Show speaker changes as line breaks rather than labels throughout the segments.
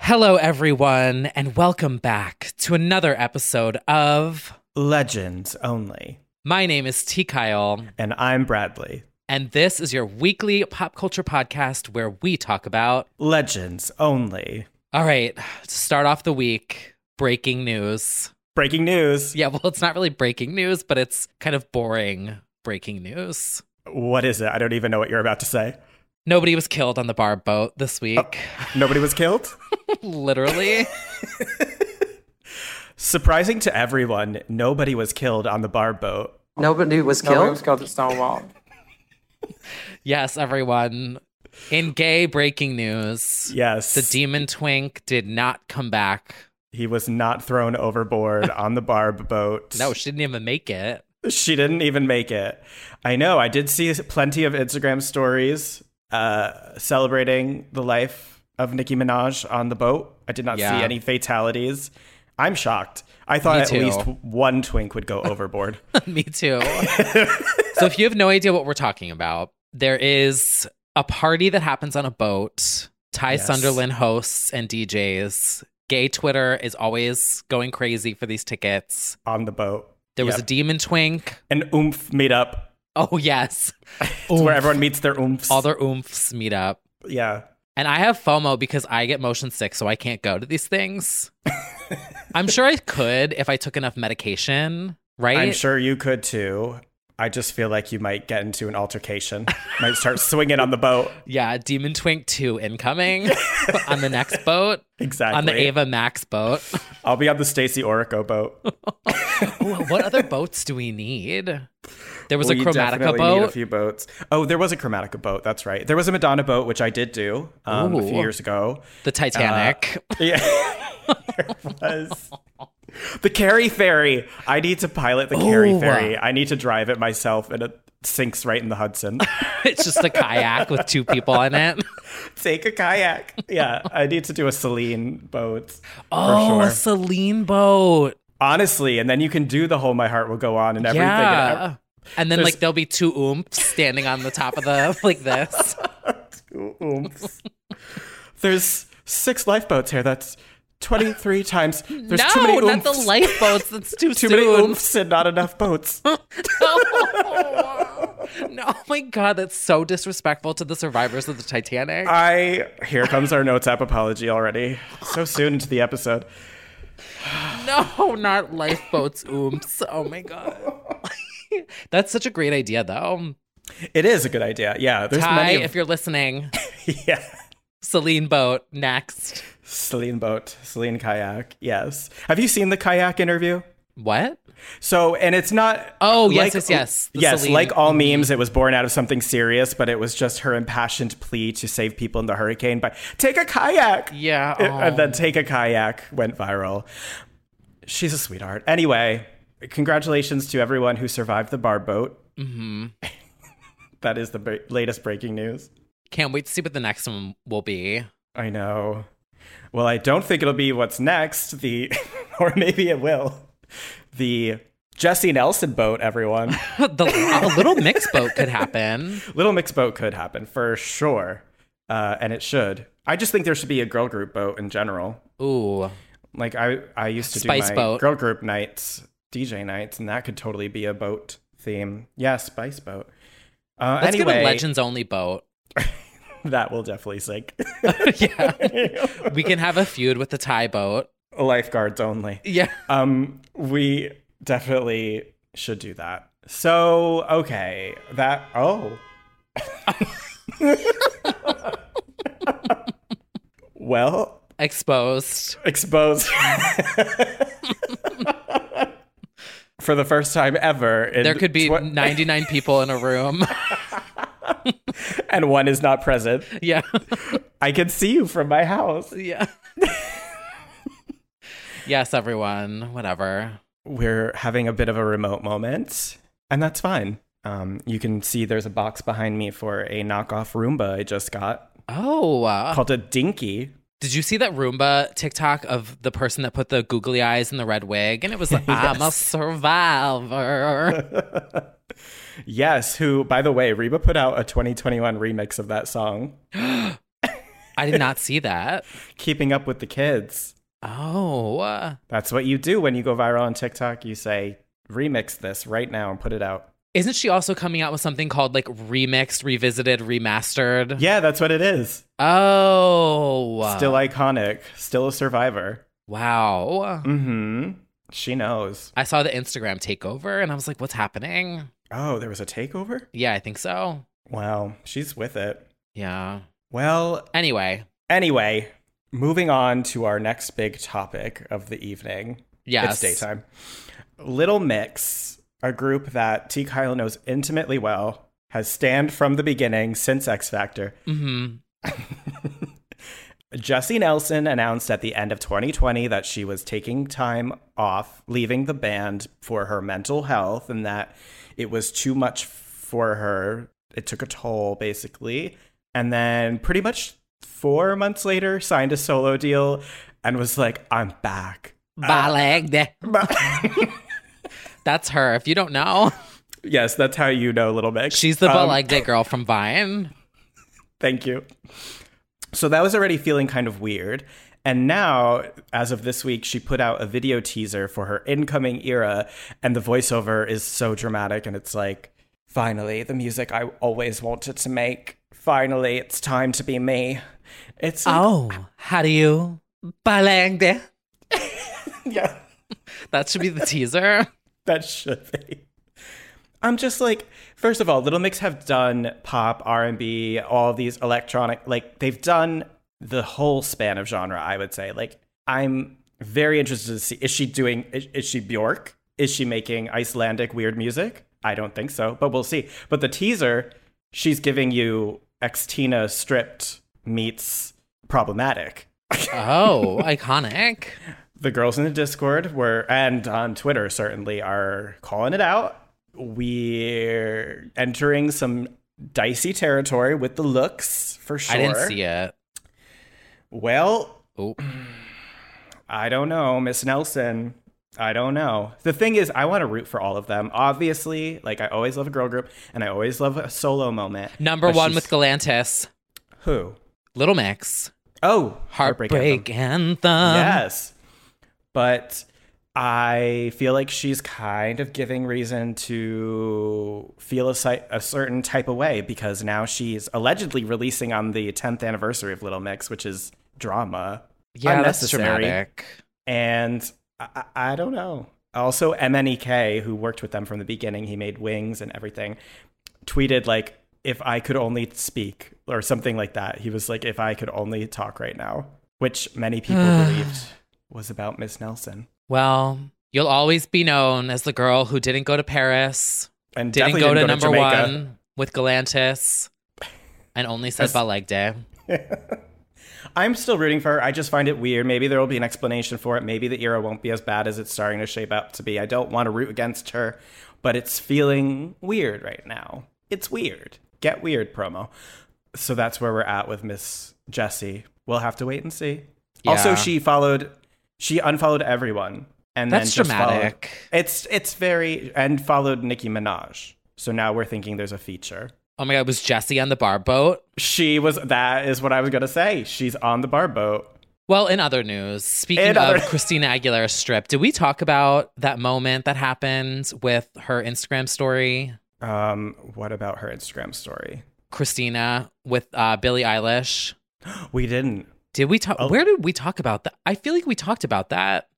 Hello, everyone, and welcome back to another episode of
Legends only.
My Name is T. Kyle,
And I'm Bradley.
and this is your weekly pop culture podcast where we talk about.
Legends only.
All right, to start off the week, breaking news.
Breaking news.
Yeah, well, it's not really breaking news, but it's kind of boring breaking news.
What is it? I don't even know what you're about to say.
Nobody was killed on the bar boat this week,
Nobody was killed?
literally.
Surprising to everyone, nobody was killed on the bar boat.
Nobody was killed.
Nobody was killed at Stonewall.
yes, everyone. In gay breaking news,
Yes.
the demon twink did not come back.
he was not thrown overboard on the bar boat.
No, she didn't even make it.
She didn't even make it. I know. I did see plenty of Instagram stories uh, celebrating the life of Nicki Minaj on the boat. I did not
Yeah.
see any fatalities. I'm shocked. I thought
Me
at
too.
least one twink would go overboard.
Me too. so if you have no idea what we're talking about, there is a party that happens on a boat. Ty
Yes.
Sunderland hosts and DJs. Gay Twitter is always going crazy for these tickets.
on the boat.
There was
Yep.
a demon twink.
an oomph meetup.
Oh yes.
It's where everyone meets their oomphs.
All their oomphs meet up.
yeah.
And I have FOMO because I get motion sick, so I can't go to these things. I'm sure I could if I took enough medication, right?
I'm sure you could too. I just feel like you might get into an altercation. might start swinging on the boat.
Yeah, Demon Twink 2 incoming on the next boat,
Exactly.
on the Ava Max boat.
I'll be on the Stacy Orico boat.
Ooh, what other boats do we need? There was a
We
Chromatica
definitely Need a
boat.
few boats. Oh, there was a Chromatica boat. That's right. There was a Madonna boat, which I did do um, a few
Ooh.
years ago.
the Titanic.
Yeah, there was. The Carrie Ferry. I need to pilot the
Ooh.
Carrie Ferry. I need to drive it myself, and it sinks right in the Hudson.
it's just a kayak with two people on it.
Take a kayak. Yeah, I need to do a Celine boat.
Oh,
for
a
sure.
Celine boat.
Honestly, and then you can do the whole My Heart Will Go On and everything. and
yeah. And then like
There's-
there'll be two oomps standing on the top of the like this.
Ooh, oomph. There's six lifeboats here. That's 23 times. There's
no,
too many
not the
oomphs.
lifeboats. That's too,
Too
soon.
many oomphs and not enough boats.
No. no, oh my god, that's so disrespectful to the survivors of the Titanic.
I here comes our notes app apology already. So soon into the episode.
No, not lifeboats. Oops. Oh my god. That's such a great idea, though.
It is a good idea. Yeah, there's
Ty,
many.
if you're listening,
Of, yeah,
Celine boat next.
Celine boat, Celine kayak. Yes. Have you seen the kayak interview?
What?
So, and it's not.
Oh, yes, yes, yes. The
yes,
Celine-
like all memes, it was born out of something serious, but it was just her impassioned plea to save people in the hurricane by take a kayak.
Yeah.
It- uh,
oh.
And then take a kayak went viral. She's a sweetheart. Anyway, congratulations to everyone who survived the bar boat. Mm-hmm. that is the bre- latest breaking news.
Can't wait to see what the next one will be.
I know. Well, I don't think it'll be what's next. The, or maybe it will. The Jesse Nelson boat. Everyone,
the, a little mix boat could happen.
Little Mix boat could happen for sure, uh, and it should. I just think there should be a girl group boat in general.
Ooh.
Like I, I used to
Spice
do my
boat.
girl group nights, DJ nights, and that could totally be a boat theme. Yeah, spice boat. Uh,
Let's
anyway,
get a legends only boat.
that will definitely sink.
yeah. we can have a feud with the Thai boat.
Lifeguards only.
Yeah.
Um, we definitely should do that. So okay, that oh. well,
Exposed.
exposed for the first time ever. in
There could be
twen-
99 people in a room.
and one is not present.
yeah.
I can see you from my house.
Yeah. yes, everyone. Whatever.
We're having a bit of a remote moment, and that's fine. Um, you can see there's a box behind me for a knockoff Roomba I just got
Oh, uh,
called a Dinky.
did you see that Roomba TikTok of the person that put the googly eyes in the red wig? And it was like, I'm a survivor.
Yes, who, by the way, Reba put out a 2021 remix of that song,
I did not see that.
Keeping Up with the Kids.
Oh, uh,
That's what you do when you go viral on TikTok. You say, remix this right now and put it out.
isn't she also coming out with something called like remixed, revisited, remastered?
Yeah, that's what it is.
Oh,
Still iconic, still a survivor.
wow.
Mm hmm. She knows.
I saw the Instagram takeover and I was like, what's happening?
Oh, there was a takeover?
Yeah, I think so.
Wow, she's with it.
Yeah.
Well,
Anyway,
anyway, moving on to our next big topic of the evening.
yes.
It's daytime. Little Mix, a group that T. Kyle knows intimately well, has stand from the beginning since X Factor.
Mm-hmm.
Jessie Nelson announced at the end of 2020 that she was taking time off, leaving the band for her mental health, and that it was too much for her. It took a toll, basically. And then, pretty much four months later, signed a solo deal and was like, I'm back.
Balagde. That's her. If you don't know,
Yes, that's how you know Little Mix.
she's the
Um,
Balagde girl from Vine.
Thank you. So that was already feeling kind of weird. And now, as of this week, she put out a video teaser for her incoming era, and the voiceover is so dramatic. And it's like, finally, the music I always wanted to make. Finally, it's time to be me. It's like,
Oh, how do you? Balagde.
yeah,
That should be the teaser.
that should be. I'm just like, first of all, Little Mix have done pop, R and B, all these electronic, like they've done the whole span of genre. I would say, like, I'm very interested to see is she doing? Is, is she Bjork? Is she making Icelandic weird music? I don't think so, but we'll see. But the teaser, she's giving you Xtina stripped meets problematic.
Oh, iconic.
the girls in the Discord were and on Twitter certainly are calling it out. We're entering some dicey territory with the looks for sure.
I didn't see it.
Well,
Oh,
I don't know, Miss Nelson. I don't know. The thing is, I want to root for all of them. Obviously, like I always love a girl group, and I always love a solo moment.
number
But
one
she's-
with Galantis,
who?
Little Mix,
Oh,
Heartbreak,
Anthem.
Anthem.
yes. But I feel like she's kind of giving reason to feel a, si- a certain type of way because now she's allegedly releasing on the 10th anniversary of Little Mix, which is drama.
Yeah, that's
Unnecessary.
dramatic.
And I, I I don't know. Also, MNEK, who worked with them from the beginning, he made wings and everything, tweeted, like, if I could only speak or something like that. He was like, if I could only talk right now, which many people believed was about Miss Nelson.
Well, you'll always be known as the girl who didn't go to Paris,
And
didn't
definitely
go to
didn't
number
go to Jamaica.
one with Galantis, and only said Baleg Day.
I'm still rooting for her. I just find it weird. Maybe there will be an explanation for it. Maybe the era won't be as bad as it's starting to shape up to be. I don't want to root against her, but it's feeling weird right now. It's weird. Get weird promo. So that's where we're at with Miss Jessie. We'll have to wait and see. Also,
Yeah.
she followed. She unfollowed everyone, and
That's
then just
dramatic.
Followed, it's it's very and followed Nicki Minaj. So now we're thinking there's a feature.
Oh my God, was Jesse on the bar boat?
She was. That is what I was gonna say. She's on the bar boat.
Well, in other news, speaking
In
of
other-
Christina Aguilera strip, did we talk about that moment that happened with her Instagram story?
Um, what about her Instagram story?
Christina with uh, Billie Eilish.
We didn't.
Did we talk?
Oh.
Where did we talk about that? I feel like we talked about that.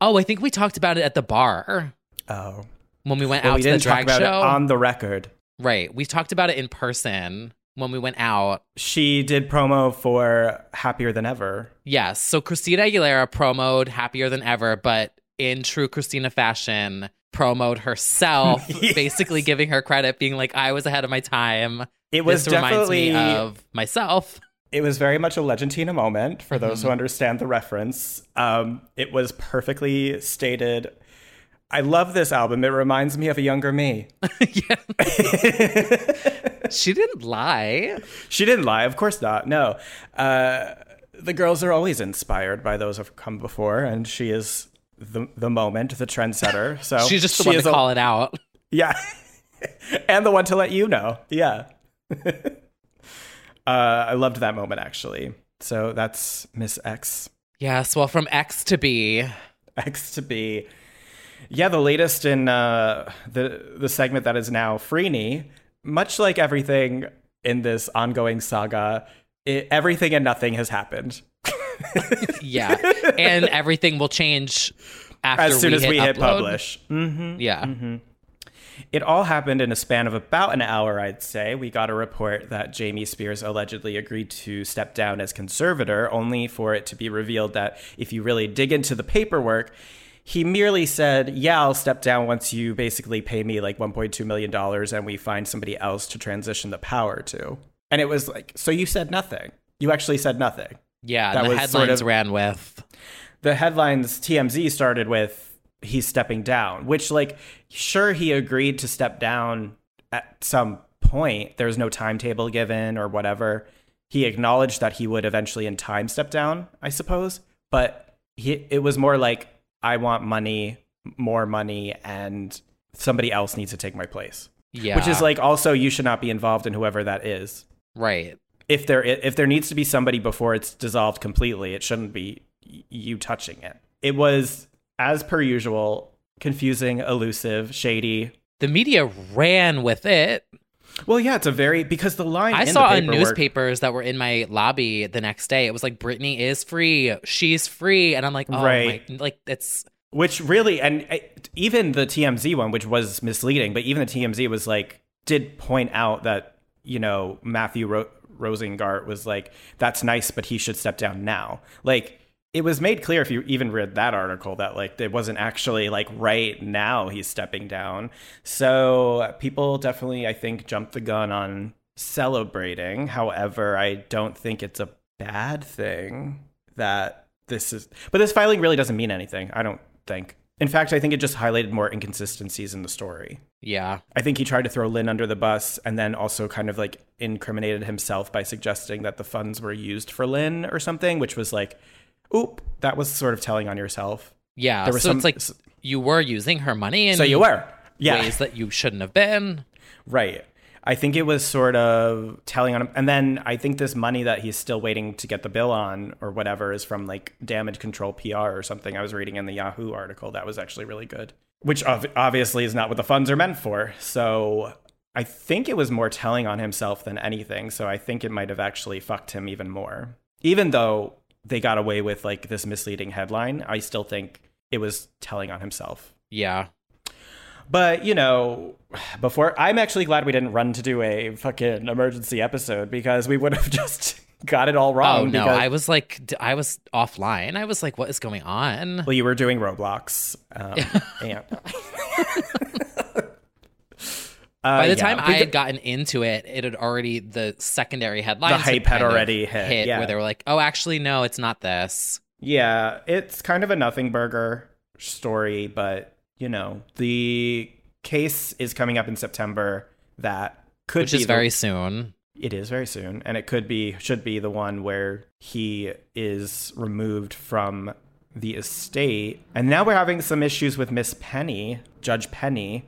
Oh, I think we talked about it at the bar
Oh.
when we went
Well,
out
we
to the
didn't
drag
talk about
show.
it on the record.
right, we talked about it in person when we went out.
She did promo for Happier Than Ever.
Yes. So Christina Aguilera promoed Happier Than Ever, but in true Christina fashion, promoted herself,
Yes.
basically giving her credit, being like, I was ahead of my time.
It was
this reminds
definitely
me of myself.
it was very much a Legentina moment for those
Mm-hmm.
who understand the reference. Um, it was perfectly stated. I love this album. It reminds me of a younger me.
yeah. she didn't lie.
She didn't lie, of course not. No, uh, the girls are always inspired by those who've come before, and she is the the moment, the trendsetter. So
She's just the
Oh, she
one
is
to
a-
call it out.
Yeah. and the one to let you know. Yeah. uh, I loved that moment actually. So that's Miss X,
Yes. Well, from X to B.
X to B. Yeah, the latest in uh, the the segment that is now Freeney, much like everything in this ongoing saga, it, everything and nothing has happened.
Yeah. and everything will change after
As soon
we
as
hit
we hit
upload.
publish, hmm
Yeah.
It all happened in a span of about an hour, I'd say. We got a report that Jamie Spears allegedly agreed to step down as conservator, only for it to be revealed that if you really dig into the paperwork, he merely said, Yeah, I'll step down once you basically pay me like $1.2 million and we find somebody else to transition the power to. And it was like, So you said nothing. You actually said nothing.
Yeah.
That
and the
was
headlines
sort of-
ran with.
the headlines TMZ started with he's stepping down, which like sure he agreed to step down at some point. There's no timetable given or whatever. He acknowledged that he would eventually in time step down, I suppose, but he it was more like I want money, more money and somebody else needs to take my place.
Yeah.
Which is like also you should not be involved in whoever that is
right.
if there if there needs to be somebody before it's dissolved completely, it shouldn't be y- you touching it. It was as per usual confusing, elusive, shady.
The media ran with it.
Well, yeah, it's a very because the line
I
in the
saw on
paperwork-
newspapers that were in my lobby the next day. It was like Britney is free, she's free, and I'm like, oh
Right.
my, like it's
which really and uh, even the TMZ one, which was misleading, but even the TMZ was like did point out that you know Matthew Ro- Rosengart was like that's nice, but he should step down now. Like it was made clear if you even read that article that like it wasn't actually like right now he's stepping down. So people definitely I think jumped the gun on celebrating. However, I don't think it's a bad thing that this is but this filing really doesn't mean anything, I don't think. In fact, I think it just highlighted more inconsistencies in the story.
yeah,
I think he tried to throw Lynn under the bus and then also kind of like incriminated himself by suggesting that the funds were used for Lynn or something, which was like, oop, that was sort of telling on yourself.
yeah.
There was
so
some-
it's like
s-
you were using her money in
So you were. Yeah.
ways that you shouldn't have been.
Right. I think it was sort of telling on him. And then I think this money that he's still waiting to get the bill on or whatever is from like damage control PR or something I was reading in the Yahoo article that was actually really good, which ob- obviously is not what the funds are meant for. So I think it was more telling on himself than anything. So I think it might have actually fucked him even more. Even though they got away with like this misleading headline, I still think it was telling on himself.
Yeah,
But you know, before I'm actually glad we didn't run to do a fucking emergency episode because we would have just got it all wrong.
oh no,
because-
I was like, d- I was offline. I was like, what is going on?
well, you were doing Roblox, um, and Uh,
By the
yeah.
time I
Beca-
had gotten into it, it had already the secondary headlines.
hype had
kind of
already hit, yeah.
where they were like, oh, actually, no, it's not this.
yeah, it's kind of a nothing burger story, but you know, the case is coming up in September that could
Which
be
is
the-
very soon.
It is very soon, and it could be should be the one where he is removed from the estate. And now we're having some issues with Miss Penny, Judge Penny,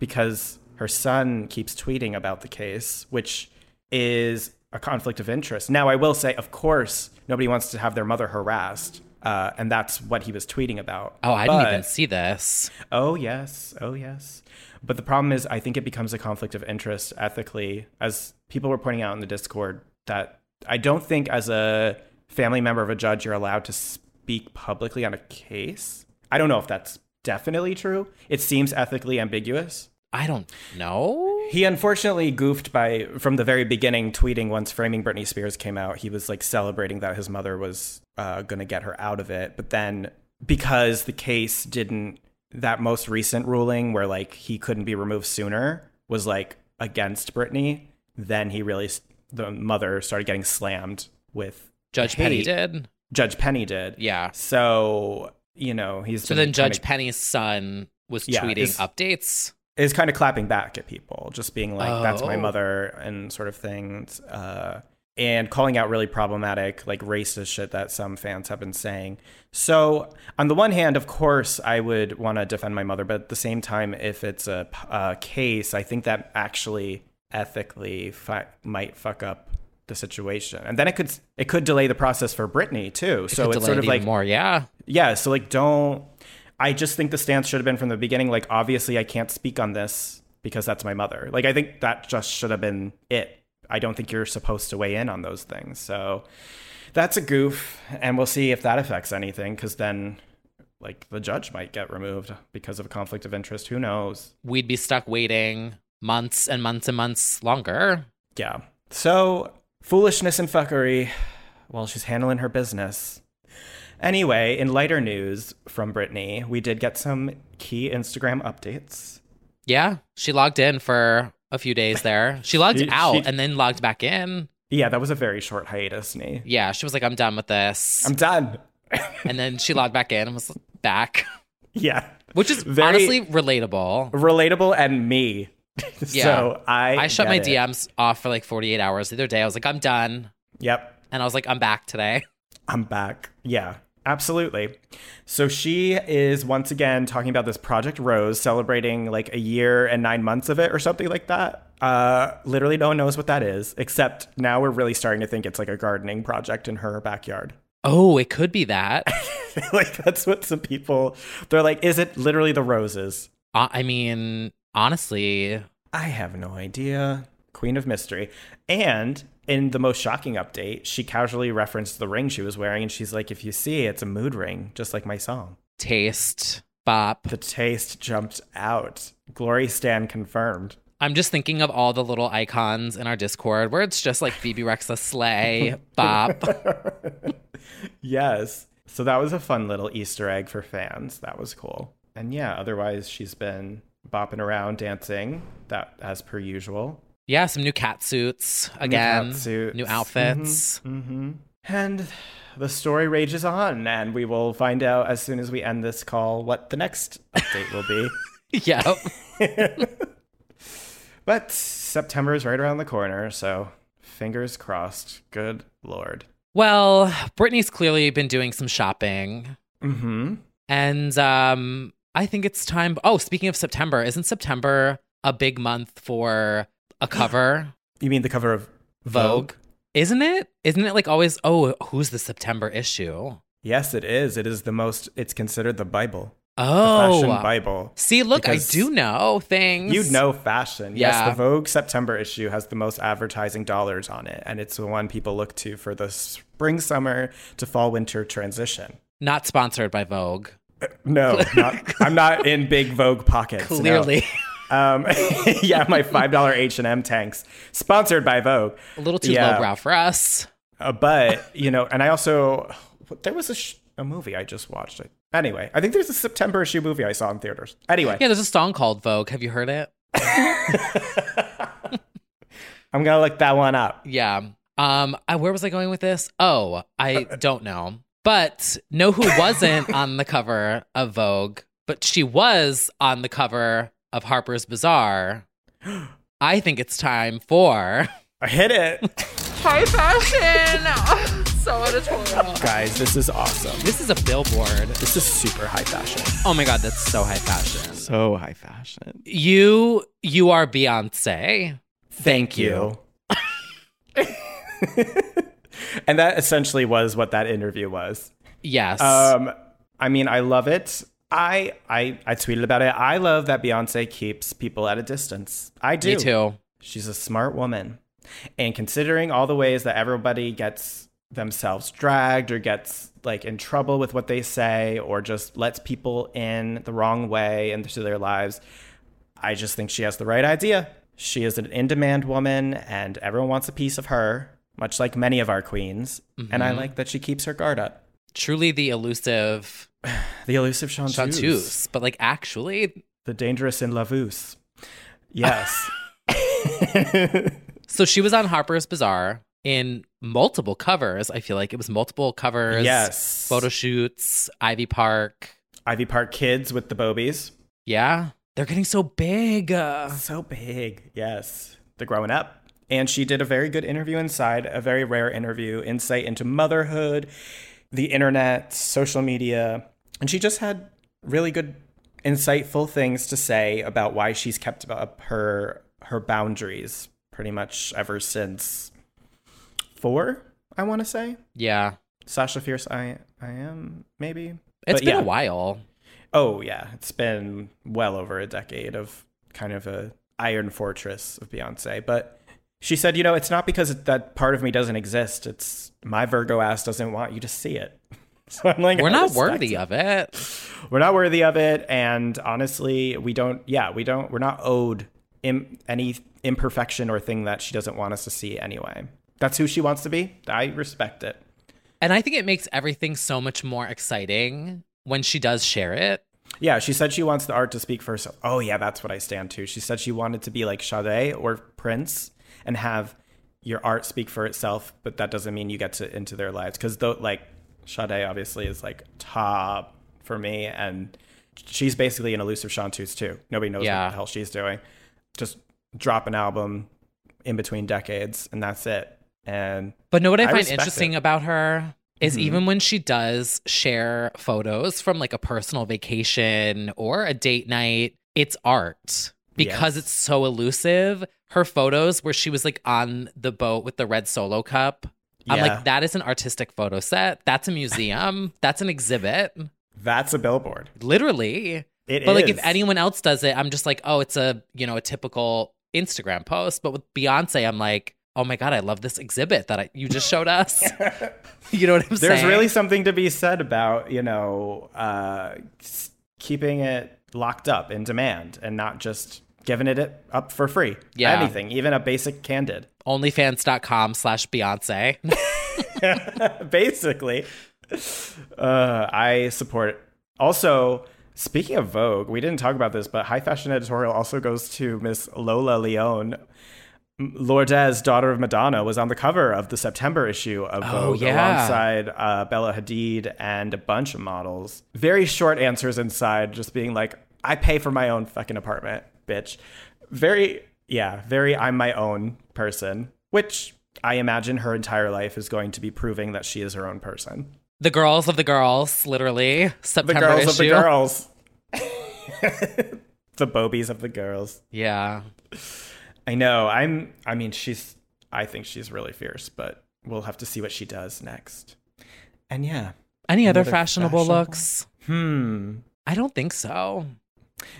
because her son keeps tweeting about the case, which is a conflict of interest. Now I will say, of course, nobody wants to have their mother harassed. Uh, and that's what he was tweeting about.
Oh, I didn't
But-
even see this.
Oh, yes. Oh, yes. But the problem is, I think it becomes a conflict of interest ethically, as people were pointing out in the Discord, that I don't think, as a family member of a judge, you're allowed to speak publicly on a case. I don't know if that's definitely true. It seems ethically ambiguous.
I don't know.
He unfortunately goofed by from the very beginning tweeting once framing Britney Spears came out. He was like celebrating that his mother was uh, going to get her out of it, but then because the case didn't that most recent ruling where like he couldn't be removed sooner was like against Britney, then he really s- the mother started getting slammed with
Judge Penny
hate.
did.
Judge Penny did.
Yeah.
So, you know, he's
So
been
then Judge
kinda-
Penny's son was
Yeah,
tweeting
it's-
updates.
is kind of clapping back at people, just being like, "That's my
Oh.
mother" and sort of things, uh, and calling out really problematic, like racist shit that some fans have been saying. So, on the one hand, of course, I would want to defend my mother, but at the same time, if it's a, p- a case, I think that actually ethically fi- might fuck up the situation, and then it could it could delay the process for Britney too.
It
so
could
it's
delay
sort
it
of
even
like
more. Yeah.
yeah so like don't i just think the stance should have been from the beginning like obviously i can't speak on this because that's my mother like i think that just should have been it i don't think you're supposed to weigh in on those things so that's a goof and we'll see if that affects anything because then like the judge might get removed because of a conflict of interest who knows
We'd be stuck waiting months and months and months longer.
yeah so foolishness and fuckery while she's handling her business Anyway, in lighter news from Brittany, we did get some key Instagram updates.
Yeah. She logged in for a few days there. She logged
She-
out
she-
and then logged back in.
Yeah, that was a very short hiatus, Nee.
Yeah. She was like, I'm done with this.
I'm done.
and then she logged back in and was back,
yeah.
which is
Very-
honestly relatable.
Relatable and me.
Yeah.
So I
I shut
get
my
it.
DMs off for like 48 hours the other day. I was like, I'm done.
Yep.
And I was like, I'm back today.
I'm back. Yeah. Absolutely. So she is once again talking about this Project Rose, celebrating like a year and nine months of it or something like that. Uh, literally, no one knows what that is, except now we're really starting to think it's like a gardening project in her backyard.
Oh, it could be that.
like that's what some people they're like is it literally the roses
Uh, I mean, honestly,
i have no idea queen of mystery and in the most shocking update she casually referenced the ring she was wearing and she's like if you see it's a mood ring just like my song
taste, bop.
the taste jumped out glory stan confirmed
I'm just thinking of all the little icons in our Discord where it's just like Phoebe Rexa Slay, bop.
yes so that was a fun little easter egg for fans that was cool and yeah otherwise she's been bopping around dancing that as per usual
Yeah, some new cat suits again.
suits. Mm-hmm.
new outfits.
And the story rages on, and we will find out as soon as we end this call what the next update will be.
Yep.
But September is right around the corner, so fingers crossed. Good lord.
Well, Brittany's clearly been doing some shopping.
hmm
And um, I think it's time. Oh, speaking of September, isn't September a big month for a cover?
You mean the cover of
Vogue. Isn't it? Isn't it like always, oh, who's the September issue?
Yes, it is. It is the most. It's considered the Bible, the
Oh.
fashion Bible.
See, look,
Because
I do know things.
You know fashion.
Yeah.
Yes, the Vogue September issue has the most advertising dollars on it, and it's the one people look to for the spring summer to fall winter transition.
Not sponsored by Vogue.
No, not, I'm not in big Vogue pockets. no.
Clearly.
Um, yeah, my five dollar H and M tanks, sponsored by Vogue.
a little too
Yeah.
lowbrow for us.
Uh, but you know, and I also there was a, sh- a movie I just watched. Anyway, I think there's a September issue movie I saw in theaters. Anyway,
Yeah, there's a song called Vogue. Have you heard it?
I'm gonna look that one up.
Yeah. Um, I, where was I going with this? Oh, I
Uh,
don't know. But know who wasn't on the cover of Vogue, but she was on the cover of Harper's Bazaar. I think it's time for
I hit it,
High fashion. so editorial.
guys. This is awesome.
this is a billboard.
This is super high fashion.
Oh my god, that's so high fashion.
So high fashion.
You you are Beyonce.
Thank you. and that essentially was what that interview was.
Yes.
Um, I mean, I love it. I I I tweeted about it. I love that Beyonce keeps people at a distance. I do.
Me too.
She's a smart woman. And considering all the ways that everybody gets themselves dragged or gets like in trouble with what they say or just lets people in the wrong way into their lives, I just think she has the right idea. She is an in demand woman and everyone wants a piece of her, much like many of our queens. And
Mm-hmm.
I like that she keeps her guard up.
Truly the elusive
The elusive Chanteuse.
chanteuse, but like actually.
The dangerous in Lavus. Yes.
So she was on Harper's Bazaar in multiple covers. I feel like it was multiple covers.
Yes.
Photo shoots, Ivy Park.
Ivy Park kids with the bobies.
Yeah. They're getting so big. Uh,
So big. Yes. They're growing up. And she did a very good interview inside, a very rare interview, insight into motherhood, the internet, social media. And she just had really good, insightful things to say about why she's kept up her her boundaries pretty much ever since four, I want to say.
yeah.
Sasha Fierce, I I am, maybe.
it's
It's
been a while.
Oh yeah, it's been well over a decade of kind of a iron fortress of Beyonce, but she said, you know, it's not because that part of me doesn't exist. It's my Virgo ass doesn't want you to see it. So I'm like,
We're
I
not
respect
worthy
it.
of it.
We're not worthy of it, and honestly, we don't. Yeah, we don't. We're not owed Im- any imperfection or thing that she doesn't want us to see anyway. That's who she wants to be. I respect it.
And I think it makes everything so much more exciting when she does share it.
Yeah, she said she wants the art to speak for herself. Oh yeah, that's what I stand to. She said she wanted to be like Sade or Prince and have your art speak for itself, but that doesn't mean you get to into their lives because though like Sade obviously is like top for me, and she's basically an elusive chanteuse too. Nobody knows
Yeah.
what the hell she's doing. Just drop an album in between decades, and that's it. And
But know what I,
I
find
respect
interesting
it. Mm-hmm.
about her is even when she does share photos from like a personal vacation or a date night, it's art because
Yes.
it's so elusive. Her photos where she was like on the boat with the red solo cup. I'm
Yeah.
like, that is an artistic photo set. That's a museum. That's an exhibit.
that's a billboard.
Literally.
It
but like if
is.
anyone else does it, I'm just like, oh, it's a you know a typical Instagram post. But with Beyonce, I'm like, oh my god, I love this exhibit that I, you just showed us. you know what I'm
There's
saying?
really something to be said about, you know, uh, s- keeping it locked up in demand and not just giving it it up for free.
Yeah.
Anything, even a basic candid.
onlyfans.com slash Beyonce.
Basically, uh, I support it. Also, speaking of Vogue, we didn't talk about this, but High Fashion Editorial also goes to Miss Lola Leone. M- Lourdes, daughter of Madonna, was on the cover of the September issue of
Oh,
Vogue
yeah.
alongside uh, Bella Hadid and a bunch of models. Very short answers inside, just being like, I pay for my own fucking apartment, bitch. Very, yeah, very I'm my own person, which I imagine her entire life is going to be proving that she is her own person.
the girls of the girls, literally
The
September
girls
issue.
of the girls. the bobies of the girls.
Yeah,
I know. I'm. I mean, she's. I think she's really fierce, but we'll have to see what she does next. And yeah.
any other
Another
fashionable,
fashionable?
looks?
Hmm.
I don't think so.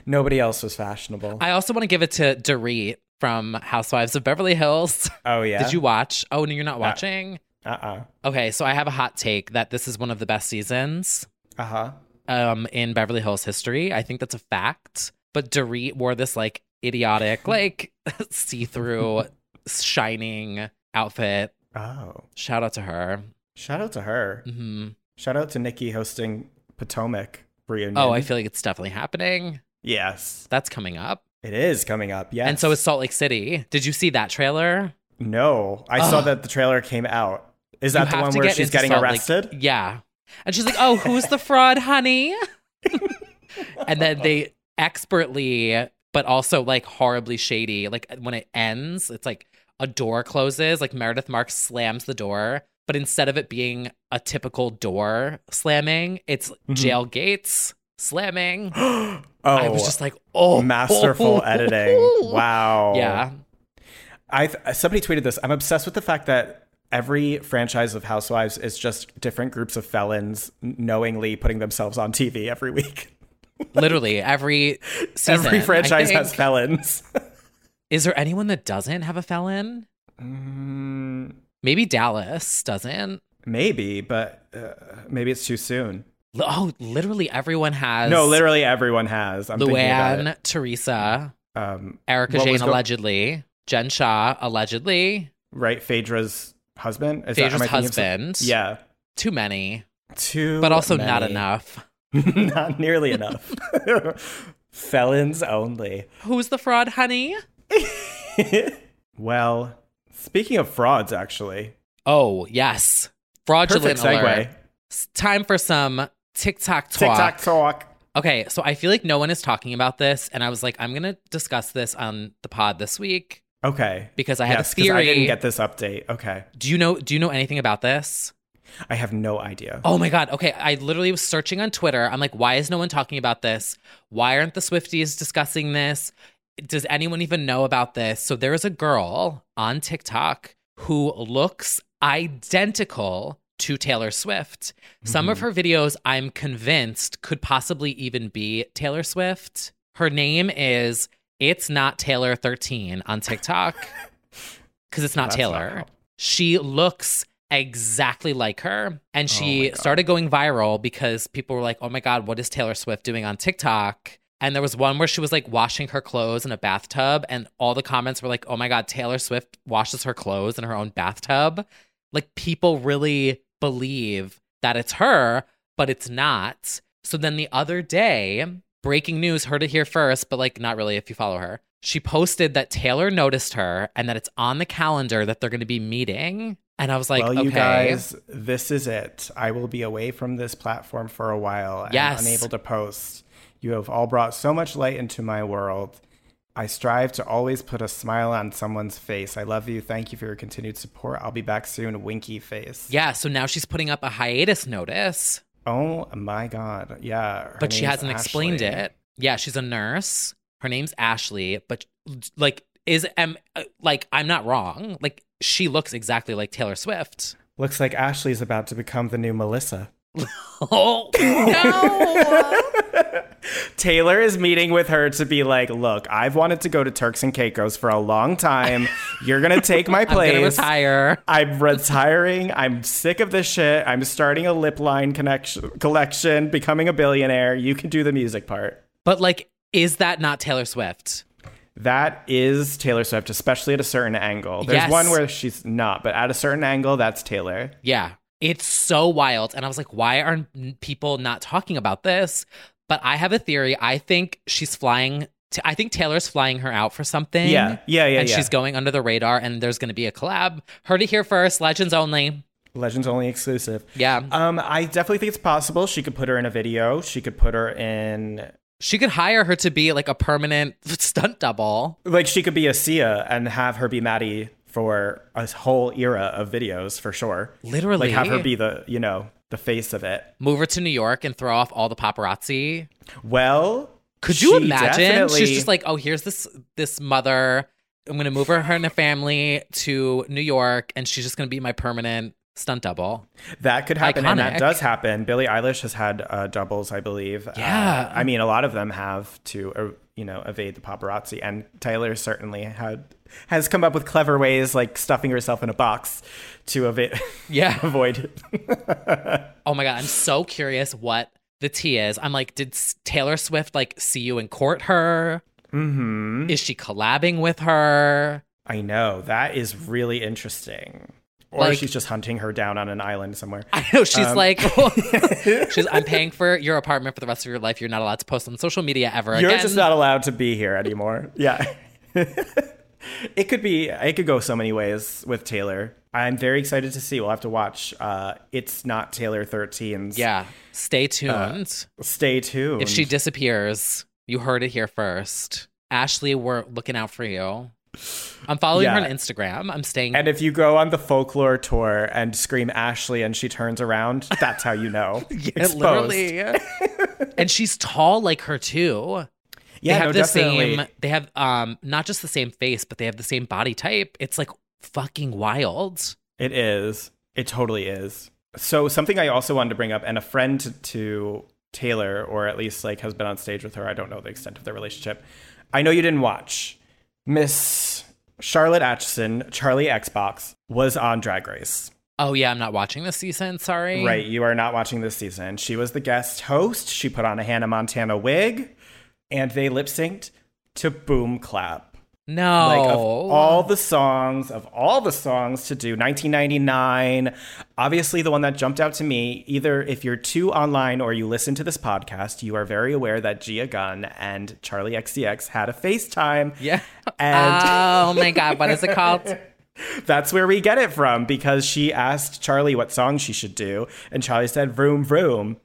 Nobody else was fashionable.
I also want to give it to Dorit from Housewives of Beverly Hills.
oh yeah.
Did you watch? Oh no, you're not watching.
Uh uh-uh.
Okay, so I have a hot take that this is one of the best seasons
uh. huh.
um, in Beverly Hills history. I think that's a fact. But Dorit wore this like idiotic, like see through, shining outfit.
Oh.
Shout out to her.
Shout out to her.
hmm
Shout out to Nikki hosting Potomac reunion.
Oh, I feel like it's definitely happening.
Yes,
That's coming up.
it is coming up. Yes.
And so is Salt Lake City. Did you see that trailer?
no. I saw that the trailer came out. Is
You
that the
have
one
to
where
get
she's
into
getting
Salt Lake-
arrested?
Yeah. And she's like, oh, who's the fraud, honey? and then they expertly, but also like horribly shady, like when it ends, it's like a door closes, like Meredith Marks slams the door. But instead of it being a typical door slamming, it's
Mm-hmm.
jail gates slamming.
Oh,
I was just like, oh.
masterful editing. Wow.
Yeah.
I th- somebody tweeted this. I'm obsessed with the fact that every franchise of Housewives is just different groups of felons knowingly putting themselves on TV every week.
Literally every season.
every
I
franchise has
think.
felons.
Is there anyone that doesn't have a felon?
Mm,
Maybe Dallas doesn't.
maybe, but uh, maybe it's too soon.
Li- Oh, literally everyone has.
No, literally everyone has. I'm thinking about
Luann, Teresa,
it. Um,
Erica
What
Jane
was go-
allegedly, Jen Shaw allegedly,
right, Phaedra's husband. Is
Phaedra's
am I thinking of some-
husband.
Yeah,
Too many,
too,
but also not
many.
enough.
not nearly enough. Felons only.
Who's the fraud, honey?
well, speaking of frauds, actually,
Oh, yes. Fraudulent
perfect
alert.
segue.
It's time for some TikTok talk.
TikTok talk.
Okay, so I feel like no one is talking about this, and I was like, I'm gonna discuss this on the pod this week
Okay,
because I had
Yes,
a
'cause
theory.
I didn't get this update. Okay,
do you know? Do you know anything about this?
I have no idea.
Oh my god. Okay, I literally was searching on Twitter. I'm like, why is no one talking about this? Why aren't the Swifties discussing this? Does anyone even know about this? So there is a girl on TikTok who looks identical to Taylor Swift. Some of her videos I'm convinced could possibly even be Taylor Swift. Her name is It's Not Taylor 13 on TikTok. Cuz it's not
That's not
Taylor.
how-
she looks exactly like her and she started going viral because people were like oh my god what is taylor swift doing on tiktok and there was one where she was like washing her clothes in a bathtub and all the comments were like oh my god taylor swift washes her clothes in her own bathtub like people really believe that it's her but it's not so then the other day breaking news heard it here first but like not really if you follow her she posted that taylor noticed her and that it's on the calendar that they're going to be meeting and i was like
well,
okay
you guys, this is it. I will be away from this platform for a while. and
Yes.
unable to post. You have all brought so much light into my world. I strive to always put a smile on someone's face. I love you. Thank you for your continued support. I'll be back soon. Winky face.
yeah so now she's putting up a hiatus notice
Oh my god. Yeah. her
but she
name's
hasn't explained
Ashley.
it yeah she's a nurse her name's ashley but like is am uh, like i'm not wrong like she looks exactly like taylor swift
Looks like Ashley's about to become the new Melissa.
oh no
Taylor is meeting with her to be like, look, I've wanted to go to Turks and Caicos for a long time. You're gonna take my
i'm gonna
place.
retire
I'm retiring. I'm sick of this shit. I'm starting a lip line connection collection, becoming a billionaire. You can do the music part.
But like, is that not Taylor Swift?
That is Taylor Swift, especially at a certain angle. There's
Yes.
one where she's not, but at a certain angle, that's Taylor.
Yeah. It's so wild. And I was like, why aren't people not talking about this? But I have a theory. I think she's flying. T- I think Taylor's flying her out for something.
Yeah, yeah, yeah,
And
yeah.
she's going under the radar, and there's going to be a collab. Heard it here first. Legends only.
Legends only exclusive.
Yeah.
Um, I definitely think it's possible. She could put her in a video. She could put her in
She could hire her to be like a permanent stunt double.
like she could be a Sia and have her be Maddie for a whole era of videos for sure.
Literally.
Like have her be the you know the face of it.
Move her to New York and throw off all the paparazzi.
Well,
Could you
she
imagine?
definitely-
She's just like, oh, here's this this mother. I'm gonna move her, her and her family to New York, and she's just gonna be my permanent stunt double.
that could happen, and
iconic.
that does happen. Billie Eilish has had uh, doubles, I believe.
Yeah.
Uh, I mean, a lot of them have to uh, you know evade the paparazzi, and Taylor certainly had has come up with clever ways, like stuffing herself in a box to evade
Yeah.
avoid.
Oh my god, I'm so curious what the tea is. I'm like, did S- Taylor Swift like see you and court her? Mm-hmm. Is she collabing with her?
I know that is really interesting. Or
Like-
she's just hunting her down on an island somewhere.
I know she's
Um,
like, she's. I'm paying for your apartment for the rest of your life. You're not allowed to post on social media ever
You're
again.
just not allowed to be here anymore. Yeah. it could be it could go so many ways with Taylor. I'm very excited to see. We'll have to watch uh It's Not Taylor 13's.
yeah.
Uh,
Stay tuned.
Stay tuned.
If she disappears, you heard it here first. Ashley, we're looking out for you. I'm following her
Yeah.
on Instagram. I'm staying.
and if you go on the folklore tour and scream Ashley and she turns around, that's how you know. yeah, Exposed.
literally. and she's tall like her too.
Yeah,
they have
no,
the
definitely.
same. They have um not just the same face, but they have the same body type. It's like fucking wild.
It is. It totally is. So something I also wanted to bring up, and a friend to, to Taylor, or at least like has been on stage with her. I don't know the extent of their relationship. I know you didn't watch. Miss Charlotte Atchison, Charlie Xbox, was on Drag Race.
Oh yeah, I'm not watching this season. Sorry.
Right, you are not watching this season. She was the guest host. She put on a Hannah Montana wig, and they lip synced to "Boom Clap."
No.
Like of
Oh.
all the songs, of all the songs to do, 1999. Obviously, the one that jumped out to me. Either if you're too online or you listen to this podcast, you are very aware that Gia Gunn and Charlie XCX had a FaceTime.
yeah.
and
oh my god, what is it called?
that's where we get it from because she asked Charlie what song she should do, and Charlie said "Vroom Vroom."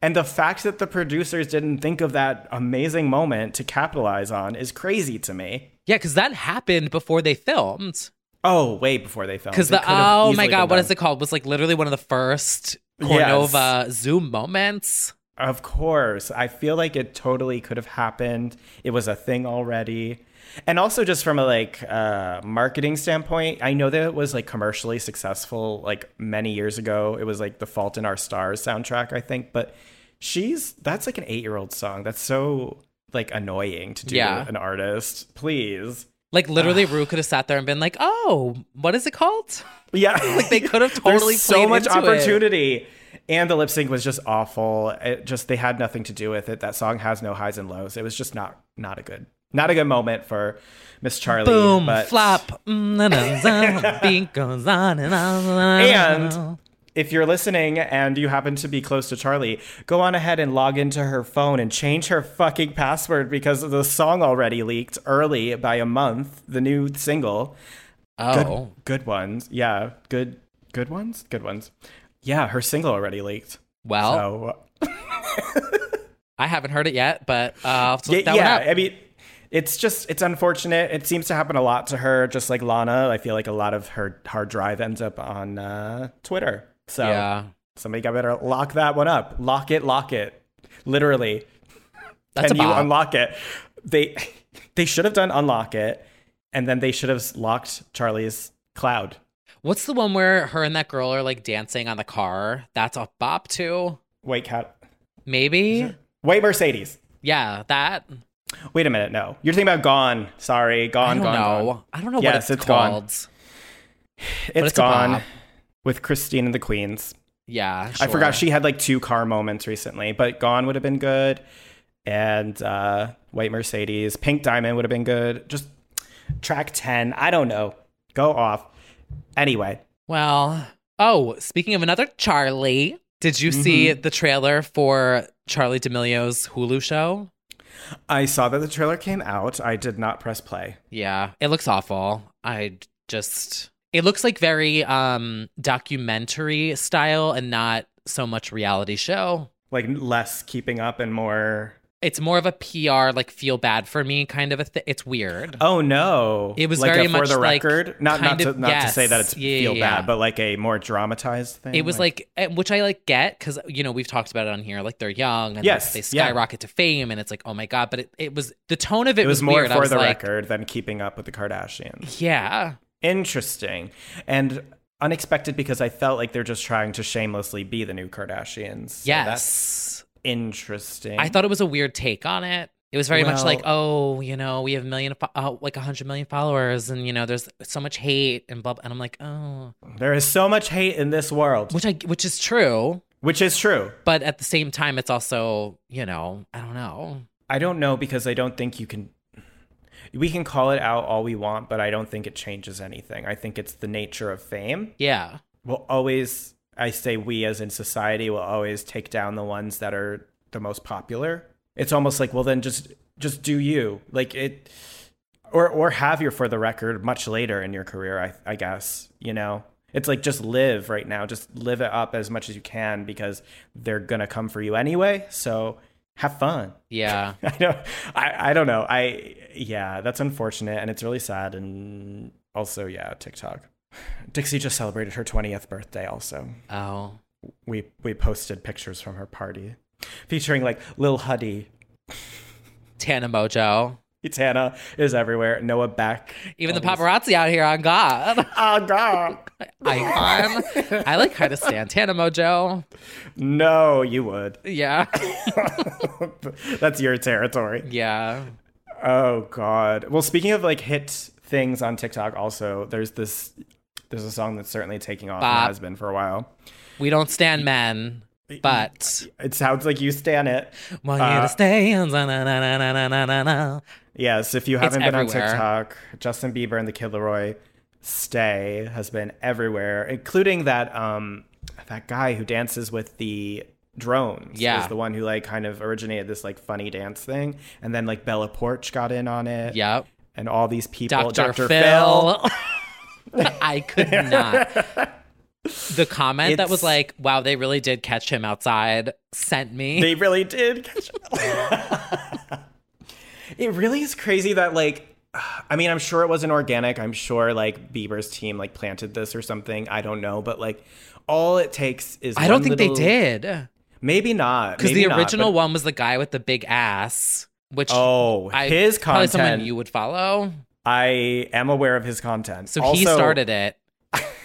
And the fact that the producers didn't think of that amazing moment to capitalize on is crazy to me.
Yeah, because that happened before they filmed.
Oh, way before they filmed.
Because
It
the
could have
oh
easily
my god,
been
what
done.
is it called? Was like literally one of the first
Yes.
Cornova Zoom moments.
Of course. I feel like it totally could have happened. It was a thing already. And also just from a like uh, marketing standpoint, I know that it was like commercially successful like many years ago. It was like the Fault in Our Stars soundtrack, I think. But she's that's like an eight year old song. That's so like annoying to do
Yeah.
an artist. Please.
Like literally, Rue could have sat there and been like, "Oh, what is it called?"
Yeah,
Like, they could have totally
There's so
played
much
into it.
opportunity, and the lip sync was just awful. It just they had nothing to do with it. That song has no highs and lows. It was just not not a good not a good moment for Miss Charlie.
Boom,
but-
flop, mm, na, na, za, beat goes on and on and on.
And if you're listening and you happen to be close to Charlie, go on ahead and log into her phone and change her fucking password because the song already leaked early by a month. The new single.
oh,
good, good ones. Yeah, good, good ones, good ones. Yeah, her single already leaked.
Oh. well,
So
I haven't heard it yet, but uh, I'll have to
yeah,
look that
yeah,
one up.
I mean, it's just it's unfortunate. It seems to happen a lot to her, just like Lana. I feel like a lot of her hard drive ends up on uh, Twitter. So
yeah,
somebody got better lock that one up. Lock it, lock it. Literally,
that's a
and you
bop.
unlock it. They they should have done unlock it, and then they should have locked Charlie's cloud.
What's the one where her and that girl are like dancing on the car? That's a bop too.
White cat,
Maybe.
white Mercedes.
Yeah, that.
Wait a minute. No, you're thinking about Gone. Sorry, Gone,
I don't
Gone.
know.
Gone.
I don't know what
Yes,
it's,
it's gone.
called.
It's,
it's a
Gone
bop.
with Christine and the Queens.
Yeah,
I forgot
sure.
she had like two car moments recently, but Gone would have been good, and uh, White Mercedes, Pink Diamond would have been good. Just track ten. I don't know. Go off. Anyway,
Well, oh, speaking of another Charlie, did you see
Mm-hmm.
the trailer for Charlie D'Amelio's Hulu show?
I saw that the trailer came out. I did not press play.
Yeah, it looks awful. I d- just it looks like very um documentary style and not so much reality show.
Like less keeping up and more.
It's more of a PR like feel bad for me kind of a thing. It's weird.
Oh no!
It was
like
very
a for
much
the
like
record. not not
kind
to
of-
not to say that
yes.
it's
Yeah,
feel
yeah, yeah.
bad, but like a more dramatized thing.
It was like, eh, which I like get because you know we've talked about it on here. Like they're young and
Yes,
they
yeah.
skyrocket to fame, and it's like, oh my god! But it, it was the tone of it,
it was, more
weird. I
for
was
the
like,
record than keeping up with the Kardashians.
Yeah,
Interesting and unexpected because I felt like they're just trying to shamelessly be the new Kardashians. So that's
yes.
interesting.
I thought it was a weird take on it. It was very much
Well-
like, oh, you know, we have a million, fo- uh, like a hundred million followers, and you know, there's so much hate and blah. blah. And I'm like, oh,
there is so much hate in this world,
which I, which is true,
which is true.
but at the same time, it's also, you know, I don't know.
I don't know because I don't think you can. We can call it out all we want, but I don't think it changes anything. I think it's the nature of fame.
Yeah,
will always i say we as in society will always take down the ones that are the most popular it's almost like well then just just do you like it or or have your for the record much later in your career i i guess you know it's like just live right now just live it up as much as you can because they're gonna come for you anyway so have fun
yeah.
I don't. I, I don't know. I yeah, that's unfortunate, and it's really sad. And also, yeah, TikTok. Dixie just celebrated her twentieth birthday. Also,
oh,
we we posted pictures from her party, featuring like Lil Huddy,
Tana Mojo.
Tana is everywhere. Noah Beck.
Even the paparazzi out here on God.
Oh, God.
Icon. I like how to stand Tana Mojo.
No, you would.
Yeah.
That's your territory.
Yeah.
Oh, God. Well, speaking of like hit things on TikTok, also, there's this. There's a song that's certainly taking off and
Bop.
has been for a while.
We don't stand men, but
It sounds like you stand it.
want you to stay. on- na- na- na- na- na- na- na- na.
Yes, if you haven't been
everywhere.
on TikTok, Justin Bieber and the Kid Leroy stay has been everywhere, including that um that guy who dances with the drones.
Yeah.
is the one who like kind of originated this like funny dance thing, and then like Bella Porch got in on it.
Yep.
and all these people,
Dr. Phil. I could not. The comment that was
It's-
like, wow, they really did catch him outside, sent me.
They really did catch It really is crazy that like I mean, I'm sure it wasn't organic. I'm sure like Bieber's team like planted this or something. I don't know, but like all it takes is
I don't
one
think
little-
they did.
Maybe not.
Because
maybe
the
not,
original
but-
one was the guy with the big ass, which
Oh,
I,
his
probably someone
content.
you would follow.
I am aware of his content.
So he
Also,
started it,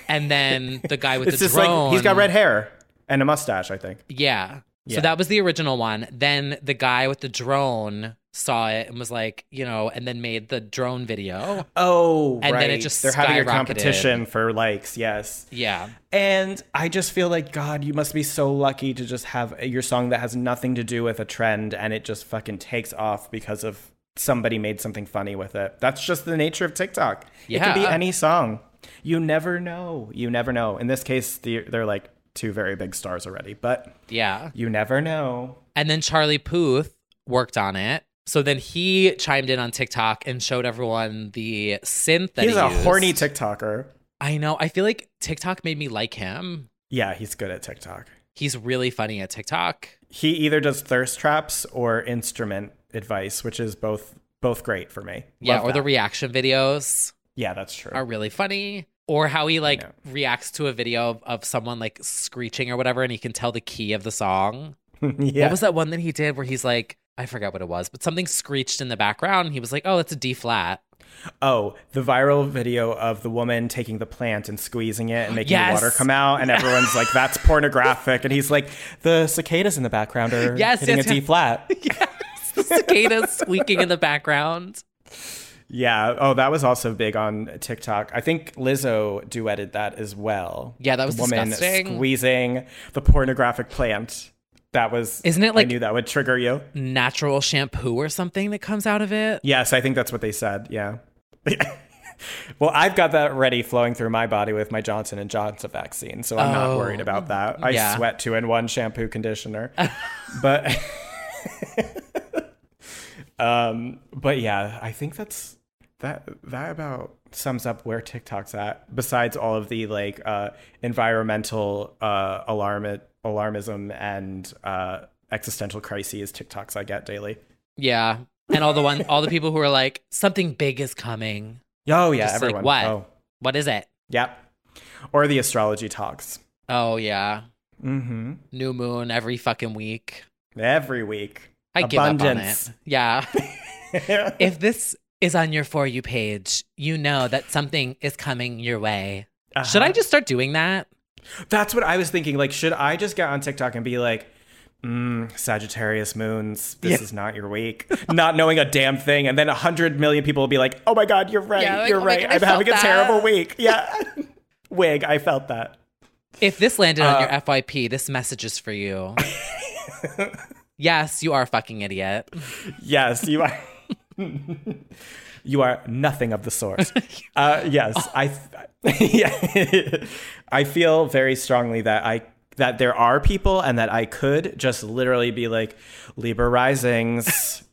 and then the guy with
It's
the
just
drone.
like he's got red hair and a mustache, I think.
Yeah.
Yeah.
So that was the original one. Then the guy with the drone saw it and was like, you know, and then made the drone video.
Oh,
And
right.
then it just
they're having a
skyrocketed.
competition for likes. Yes.
Yeah.
And I just feel like, God, you must be so lucky to just have your song that has nothing to do with a trend and it just fucking takes off because of somebody made something funny with it. That's just the nature of TikTok. It could be
Yeah.
any song. You never know. You never know. In this case, the- they're like two very big stars already, but
Yeah.
you never know.
And then Charlie Puth worked on it. So then he chimed in on TikTok and showed everyone the synth that
He's
he
a
used.
horny TikToker.
I know. I feel like TikTok made me like him.
Yeah, he's good at TikTok.
He's really funny at TikTok.
He either does thirst traps or instrument advice, which is both both great for me.
yeah,
Love
or the
that.
reaction videos
yeah, that's true.
are really funny. Or how he like
know.
reacts to a video of, of someone like screeching or whatever, and he can tell the key of the song.
yeah.
What was that one that he did where he's like, I forgot what it was, but something screeched in the background. And he was like, oh, that's a D flat.
Oh, the viral video of the woman taking the plant and squeezing it and making
Yes.
the water come out, and everyone's like, "That's pornographic," and he's like, "The cicadas in the background are
Yes,
hitting
yes,
a D
yes.
flat."
the cicadas squeaking in the background.
yeah. Oh, that was also big on TikTok. I think Lizzo duetted that as well.
Yeah, that was
the woman
disgusting.
squeezing the pornographic plant. That was.
Isn't it like-
I knew that would trigger you.
Natural shampoo or something that comes out of it.
Yes, I think that's what they said. Yeah. well, I've got that ready flowing through my body with my Johnson and Johnson vaccine, so I'm not
Oh.
worried about that. I
Yeah.
sweat two in one shampoo conditioner. but um but yeah, I think that's that that about sums up where TikTok's at besides all of the like uh environmental uh alarm alarmism and uh existential crises TikToks I get daily.
Yeah. And all the one all the people who are like, something big is coming.
Oh yeah,
Just like,
everyone.
what?
Oh.
What is it?
Yep. Or the astrology talks.
Oh yeah.
Mm-hmm.
New moon every fucking week.
Every week.
I
Abundance.
give up on it. Yeah. if this is on your for you page, you know that something is coming your way. Should I just start doing that?
Uh-huh. That's what I was thinking. Like, should I just get on TikTok and be like, mm, Sagittarius moons, this is not your week. not knowing a damn thing. And then a hundred million people will be like, oh my God, you're right.
Yeah, like,
you're
oh my
right.
God, I
I'm having
felt
a terrible
that."
week. Yeah. Wig, I felt that.
If this landed on your
Uh,
FYP, this message is for you. yes, you are a fucking idiot.
Yes, you are. you are nothing of the sort. Uh, yes, I. yeah, I feel very strongly that I that there are people and that I could just literally be like Libra risings.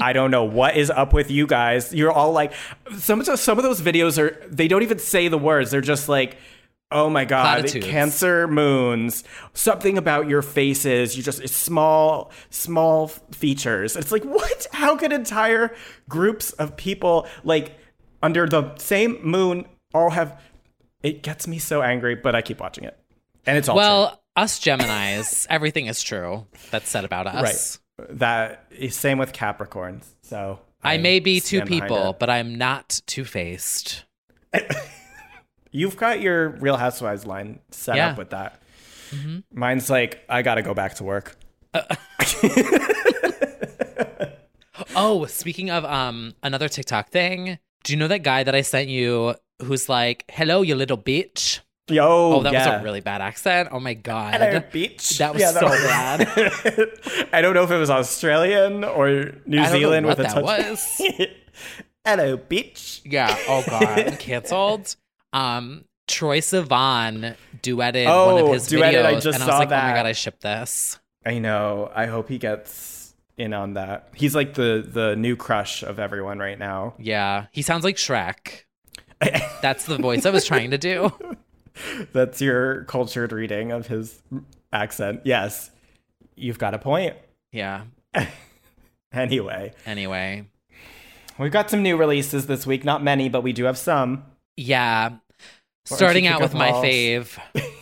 I don't know what is up with you guys. You're all like some some of those videos are they don't even say the words. They're just like oh my god,
Platitudes.
cancer moons, something about your faces, you just it's small small features. It's like what? How could entire groups of people like under the same moon all have it gets me so angry, but I keep watching it. And it's all
Well, us Geminis, everything is true that's said about us.
true. right. That is same with Capricorns. So
I, may be two
stand behind
people,
it.
but I'm not two faced.
You've got your Real Housewives line set
Yeah. Mm-hmm.
up with that. Mine's like, I gotta go back to work.
Oh, speaking of um another TikTok thing, do you know that guy that I sent you who's like, "Hello, you little bitch."
Yo,
Oh, that
yeah.
was a really bad accent. Oh my god.
Hello, bitch.
That was
Yeah,
so bad.
I don't know if it was Australian or New
I don't know
Zealand
what
with a
that
touch.
was.
Hello, bitch.
Yeah. Oh god, I'm canceled. Um, Troy Sivan duetted one
Oh,
of his
duetted,
videos,
I just
and I was
saw
like, "Oh
that."
my god, I ship this."
I know. I hope he gets in on that. He's like the the new crush of everyone right now.
Yeah, he sounds like Shrek. That's the voice I was trying to do.
That's your cultured reading of his accent. Yes, you've got a point.
Yeah.
Anyway,
Anyway,
we've got some new releases this week. Not many, but we do have some.
yeah.
don't you
Starting
kick
out with
off
my
walls?
fave,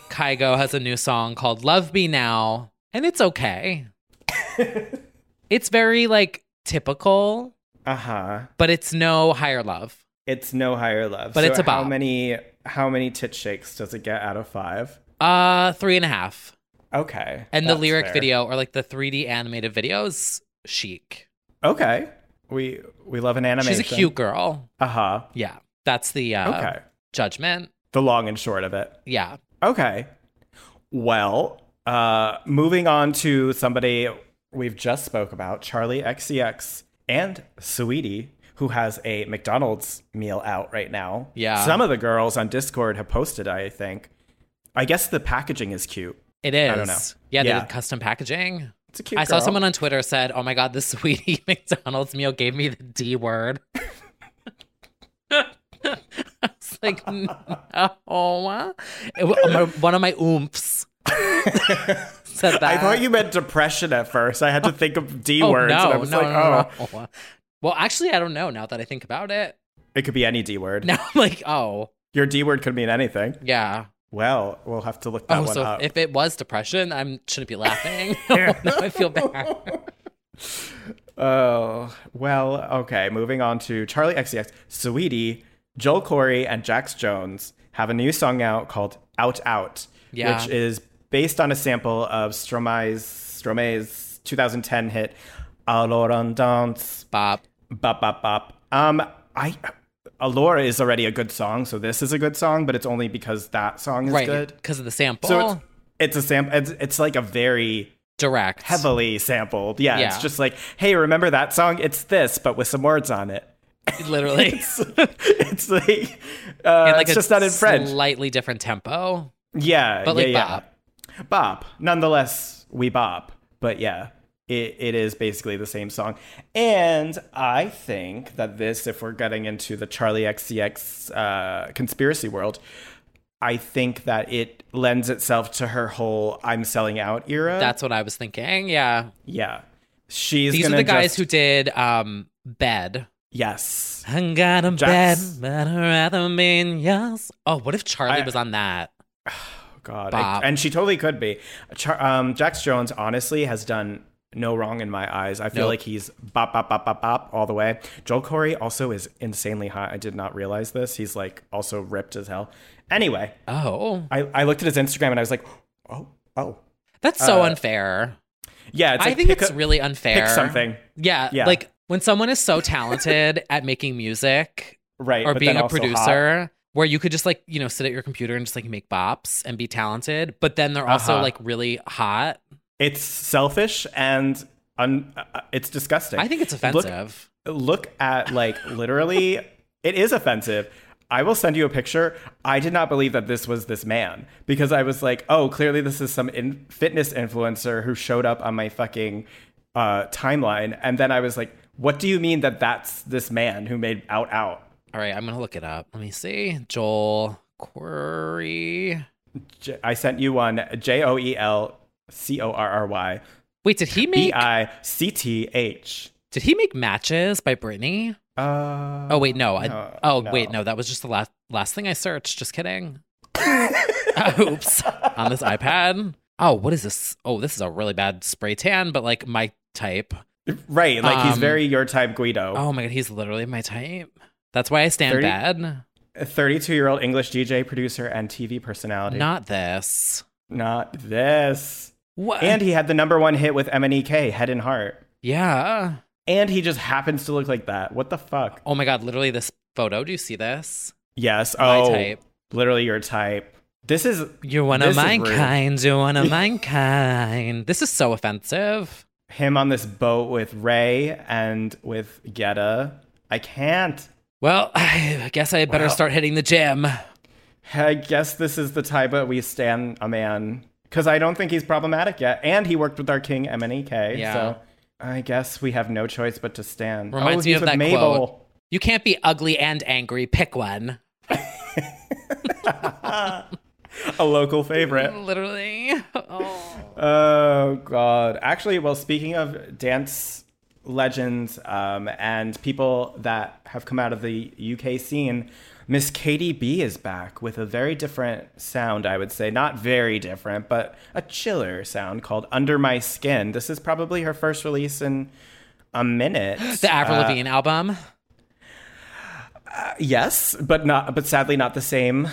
Kygo has a new song called "Love Me Now," and it's okay. it's very like typical,
Uh huh.
but it's no higher love.
It's no higher love.
But
So
it's a
how
bop.
many how many tit shakes does it get out of five?
Uh, three and a half.
Okay.
And the
that's
lyric
fair.
video or like the 3D animated videos, chic.
Okay. We we love an animation.
She's a cute girl.
Uh huh.
Yeah. That's the uh,
Okay.
judgment.
The long and short of it.
Yeah.
Okay. Well, uh, moving on to somebody we've just spoke about, Charlie XCX and Sweetie, who has a McDonald's meal out right now.
Yeah.
Some of the girls on Discord have posted, I think. I guess the packaging is cute.
It is.
I don't know.
Yeah, they
Yeah.
did custom packaging.
It's a cute
I saw
girl.
someone on Twitter said, "Oh my god, this sweetie McDonald's meal gave me the D word." I was like, "No." It wa- my- one of my oomphs said that.
I thought you meant depression at first. I had to think of D
oh,
words. and I
No,
was
no,
like,
no,
oh,
no, no. Well, actually, I don't know now that I think about it.
it could be any D word.
Now I'm like, oh,
Your D word could mean anything.
yeah.
Well, we'll have to look that
oh,
one
so
up.
if it was depression, I shouldn't be laughing. oh, no, I feel bad.
Oh, well, okay. Moving on to Charlie XCX, Sweetie, Joel Corey, and Jax Jones have a new song out called Out Out,
Yeah.
which is based on a sample of Stromae's, Stromae's 2010 hit, Aloran Dance,
Bob.
Bop Bop Bop. Um, I. Alora is already a good song, so this is a good song, but it's only because that song is
Right.
good.
Because of the sample.
So it's, it's a sample. It's, it's like a very
Direct.
heavily sampled. Yeah, it's
Yeah.
just like, hey, remember that song? It's this, but with some words on it.
Literally.
It's like, uh,
And,
it's just not in French.
Slightly different tempo.
yeah,
But like
yeah, yeah.
bop.
Bop. Nonetheless, we bop. But yeah, it, it is basically the same song. And I think that this, if we're getting into the Charlie XCX uh, conspiracy world, I think that it lends itself to her whole "I'm selling out" era.
That's what I was thinking. Yeah.
yeah. She's
These are
gonna
the guys
just-
who did um bed.
yes.
I got a
Jax.
bed, but I'd rather be in yours. Oh, what if Charlie
I-
was on that?
God, I-
Bob.
and she totally could be. Char- um, Jax Jones honestly has done no wrong in my eyes. I feel
Nope.
like he's bop bop bop bop bop all the way. Joel Corey also is insanely hot. I did not realize this. He's like also ripped as hell. Anyway,
Oh,
I, I looked at his Instagram and I was like, oh oh
that's so unfair.
yeah. It's
I
like
think
pick
it's
a-
really unfair.
pick something
Yeah,
Yeah.
Like when someone is so talented at making music
right
or
but
being
then
a
also hot.
producer, where you could just like, you know, sit at your computer and just like make bops and be talented, but then they're also
Uh-huh.
like really hot.
It's selfish and un- uh, it's disgusting.
I think it's
Look-
offensive.
look at like literally it is offensive i will send you a picture i did not believe that this was this man because i was like oh clearly this is some in- fitness influencer who showed up on my fucking uh, timeline and then i was like what do you mean that that's this man who made out out
All right, I'm going to look it up. Let me see. Joel Corey.
J- i sent you one E j-o-e-l-c-o-r-r-y
Wait, did he make
b-i-c-t-h
Did he make Matches by Britney?
uh,
Oh wait, no. I,
no,
oh
no.
wait, no. That was just the last last thing I searched. Just kidding. Oops. On this iPad. Oh, what is this? Oh, this is a really bad spray tan, but like my type.
Right. Like he's
Um,
very your type Guido.
Oh my god, he's literally my type. That's why I stand
30
bad.
A 32 year old English DJ, producer, and TV personality.
Not this.
Not this.
What?
And he had the number one hit with MNEK, Head and Heart.
yeah.
And he just happens to look like that. What the fuck?
Oh my god, literally this photo. Do you see this?
Yes.
My
oh,
type.
literally your type. This is
You're one
This
of
is
my
rude.
kind. You're one of my kind. This is so offensive.
him on this boat with Ray and with Geta. I can't.
Well, I guess I better
Wow.
start hitting the gym.
I guess this is the type that we stand a man. Because I don't think he's problematic yet. And he worked with our king, MNEK.
Yeah.
So I guess we have no choice but to stand.
Reminds
oh,
me
he's
of
with
that
Mabel.
quote. You can't be ugly and angry. Pick one.
A local favorite.
Literally. Oh.
Oh God! Actually, well, speaking of dance legends um, and people that have come out of the UK scene, Miss Katie B is back with a very different sound. I would say not very different, but a chiller sound called "Under My Skin." This is probably her first release in a minute.
The Avril
Uh,
Lavigne album.
yes, but not. But sadly, not the same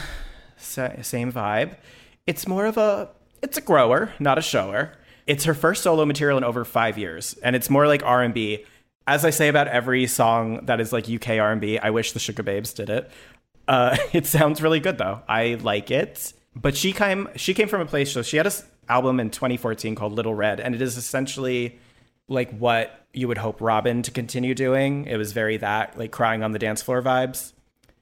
sa- same vibe. It's more of a it's a grower, not a shower. It's her first solo material in over five years, and it's more like R and B. As I say about every song that is like UK R and B, I wish the Sugar Babes did it. Uh, it sounds really good though. I like it. But she came she came from a place. So she had an album in 2014 called Little Red, and it is essentially like what you would hope Robin to continue doing. It was very that like crying on the dance floor vibes.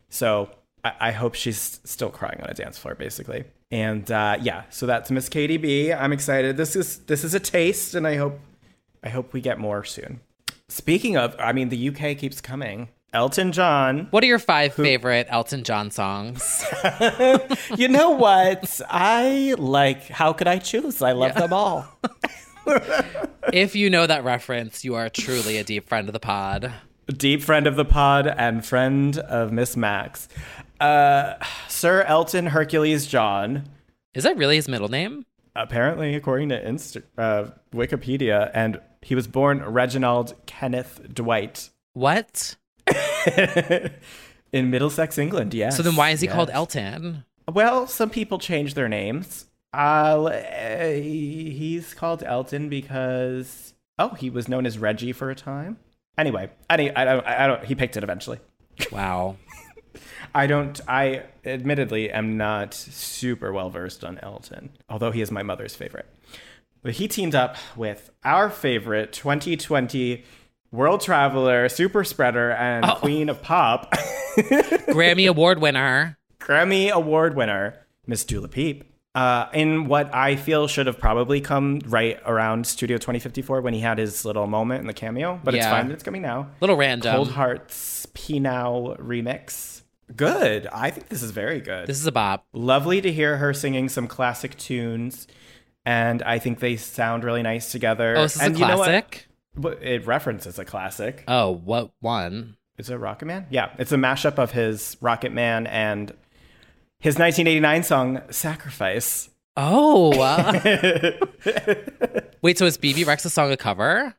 So I, I hope she's still crying on a dance floor, basically. And uh, yeah, so that's Miss Katie B. I'm excited. This is this is a taste, and I hope I hope we get more soon. Speaking of, I mean, the UK keeps coming. Elton John.
What are your five favorite Elton John songs?
You know what? I like. How could I choose? I love them all.
if you know that reference, you are truly a deep friend of the pod.
deep friend of the pod and friend of Miss Max. Uh, Sir Elton Hercules John,
Is that really his middle name?
apparently, according to Insta- uh, Wikipedia, and he was born Reginald Kenneth Dwight
What?
in Middlesex, England. Yes.
So then why is he called
yes.
Elton?
Well, some people change their names. I'll- Uh, he's called Elton because oh, he was known as Reggie for a time. Anyway, any, I don't, I don't. He picked it eventually.
Wow.
I don't. I admittedly am not super well versed on Elton, although he is my mother's favorite. But he teamed up with our favorite 2020 world traveler, super spreader, and queen of pop,
Grammy Award winner.
Grammy Award winner, Miss Dula Peep. Uh, in what I feel should have probably come right around Studio 2054 when he had his little moment in the cameo, but it's
Yeah. Um,
fine that it's coming now.
Little random.
Cold Hearts P Now remix. Good. I think this is very good.
This is a bop.
lovely to hear her singing some classic tunes and i think they sound really nice together
Oh, this is
and
a
you know what?
classic.
But it references a classic
Oh, what one?
is it rocket man yeah it's a mashup of his rocket man and his 1989 song sacrifice
Oh. Wait, so is BB Rex's song a cover?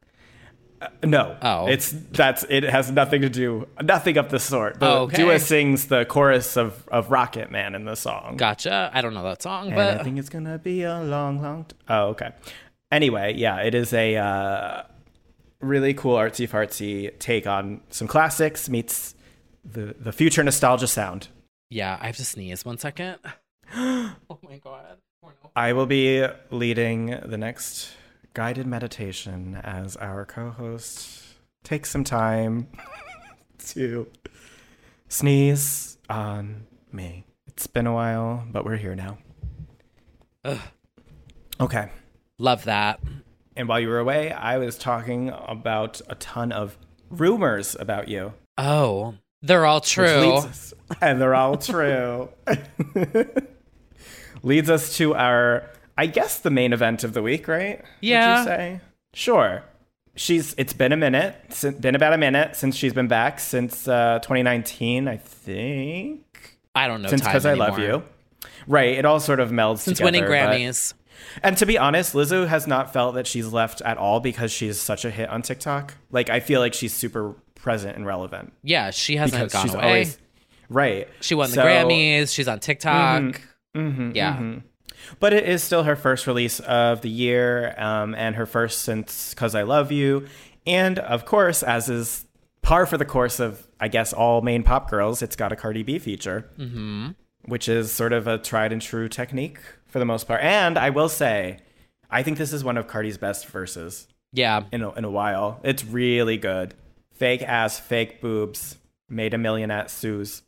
no
Oh.
it's that's it has nothing to do nothing of the sort the
Oh, okay.
Dua sings the chorus of of rocket man in the song
Gotcha. I don't know that song,
And
but
I think it's gonna be a long, long. T- oh, okay. Anyway, yeah, it is a uh, really cool artsy fartsy take on some classics meets the the future nostalgia sound.
yeah, I have to sneeze. One second. oh my god. Oh no.
I will be leading the next guided meditation as our co-host takes some time to sneeze on me. It's been a while, but we're here now. Okay.
Love that.
And while you were away, I was talking about a ton of rumors about you.
Oh, they're all
which
true.
leads us- and they're all true. leads us to our, I guess, the main event of the week, right? Would
Yeah.
you say? Sure. She's. It's been a minute. sin- Been about a minute since she's been back since uh, 2019, I think.
I don't know.
since
time
I
anymore.
love you. Right. It all sort of melds
Since
together.
winning
but-
Grammys.
And to be honest, Lizzo has not felt that she's left at all because she's such a hit on TikTok. Like I feel like she's super present and relevant
Yeah, she hasn't
because
gone
she's
away.
always right.
she won the
So- Mm-hmm.
Grammys. She's on TikTok. yeah.
But it is still her first release of the year um, and her first since Cause I Love You. And of course, as is par for the course of, I guess, all main pop girls, it's got a Cardi B feature, mm-hmm. which is sort of a tried and true technique for the most part. And I will say, I think this is one of Cardi's best verses
Yeah.
in a, in a while. It's really good. Fake ass, fake boobs, made a million at Sue's.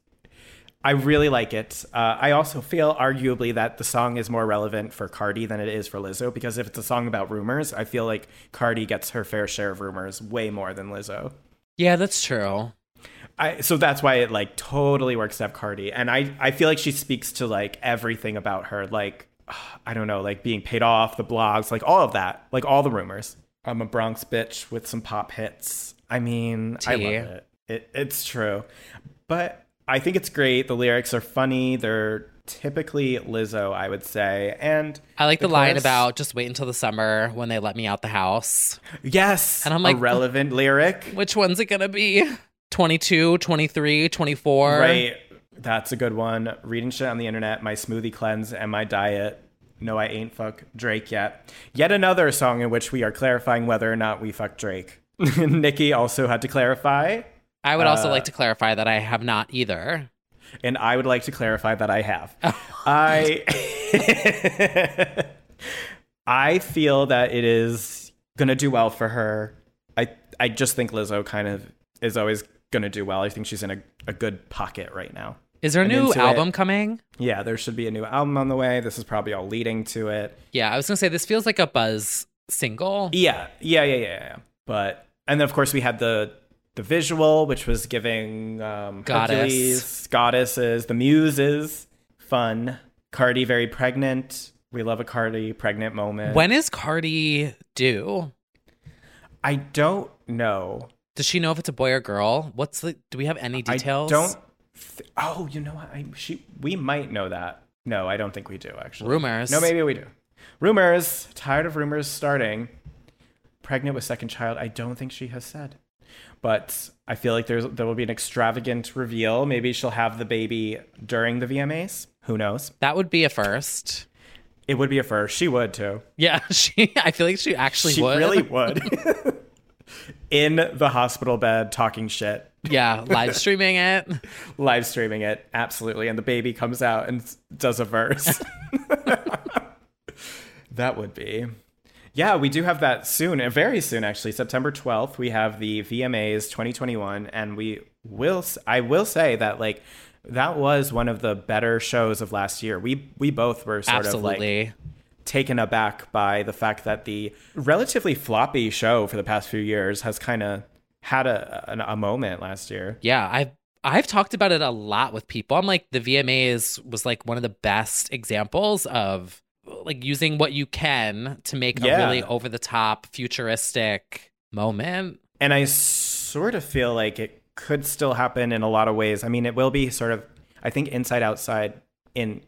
I really like it. Uh, I also feel arguably that the song is more relevant for Cardi than it is for Lizzo because if it's a song about rumors, I feel like Cardi gets her fair share of rumors way more than Lizzo.
Yeah, that's true.
I, so that's why it like totally works to have Cardi. And I, I feel like she speaks to like everything about her, like, I don't know, like being paid off, the blogs, like all of that, like all the rumors. I'm a Bronx bitch with some pop hits. I mean, I love
Tea.
it. it. It's true. But I think it's great. The lyrics are funny. They're typically Lizzo, I would say. And
I like the, line
chorus-
about just wait until the summer when they let me out the house.
yes,
And I'm
a
like-
relevant lyric.
Which one's it going to be? 22, 23, 24?
Right. That's a good one. Reading shit on the internet, my smoothie cleanse, and my diet. No, I ain't fuck Drake yet. Yet another song in which we are clarifying whether or not we fuck Drake. Nikki also had to clarify,
I would
Uh,
also like to clarify that I have not either.
and I would like to clarify that I have. I I feel that it is gonna do well for her. I I just think Lizzo kind of is always gonna do well. I think she's in a, a good pocket right now.
Is there a
I'm
new
into it.
album coming?
Yeah, there should be a new album on the way. This is probably all leading to it.
Yeah, I was going to say this feels like a buzz single.
Yeah, yeah, yeah, yeah, yeah. But and then of course we had the the visual, which was giving um,
Goddess.
Hercules, goddesses, the muses, fun. Cardi very pregnant. We love a Cardi pregnant moment.
When is Cardi due?
I don't know.
Does she know if it's a boy or girl? What's the do we have any details?
I don't. Th- oh, you know what? I she we might know that. No, I don't think we do actually.
Rumors.
No, maybe we do. Rumors. Tired of rumors starting. Pregnant with second child. I don't think she has said. But I feel like there's there will be an extravagant reveal. Maybe she'll have the baby during the VMAs. Who knows?
That would be a first.
It would be a first. She would too.
Yeah, she I feel like she actually
she
would.
really would. In the hospital bed, talking shit.
Yeah, live streaming it.
live streaming it absolutely and the baby comes out and s- does a verse that would be yeah we do have that soon and very soon actually september 12th we have the vmas 2021 and we will s- i will say that like that was one of the better shows of last year we we both were sort of like
Absolutely.
taken aback by the fact that the relatively floppy show for the past few years has kind of had a, a a moment last year
Yeah, I've I've talked about it a lot with people. I'm like the VMAs was like one of the best examples of like using what you can to make
Yeah.
a really over the top futuristic moment.
And I sort of feel like it could still happen in a lot of ways. I mean, it will be sort of I think inside outside in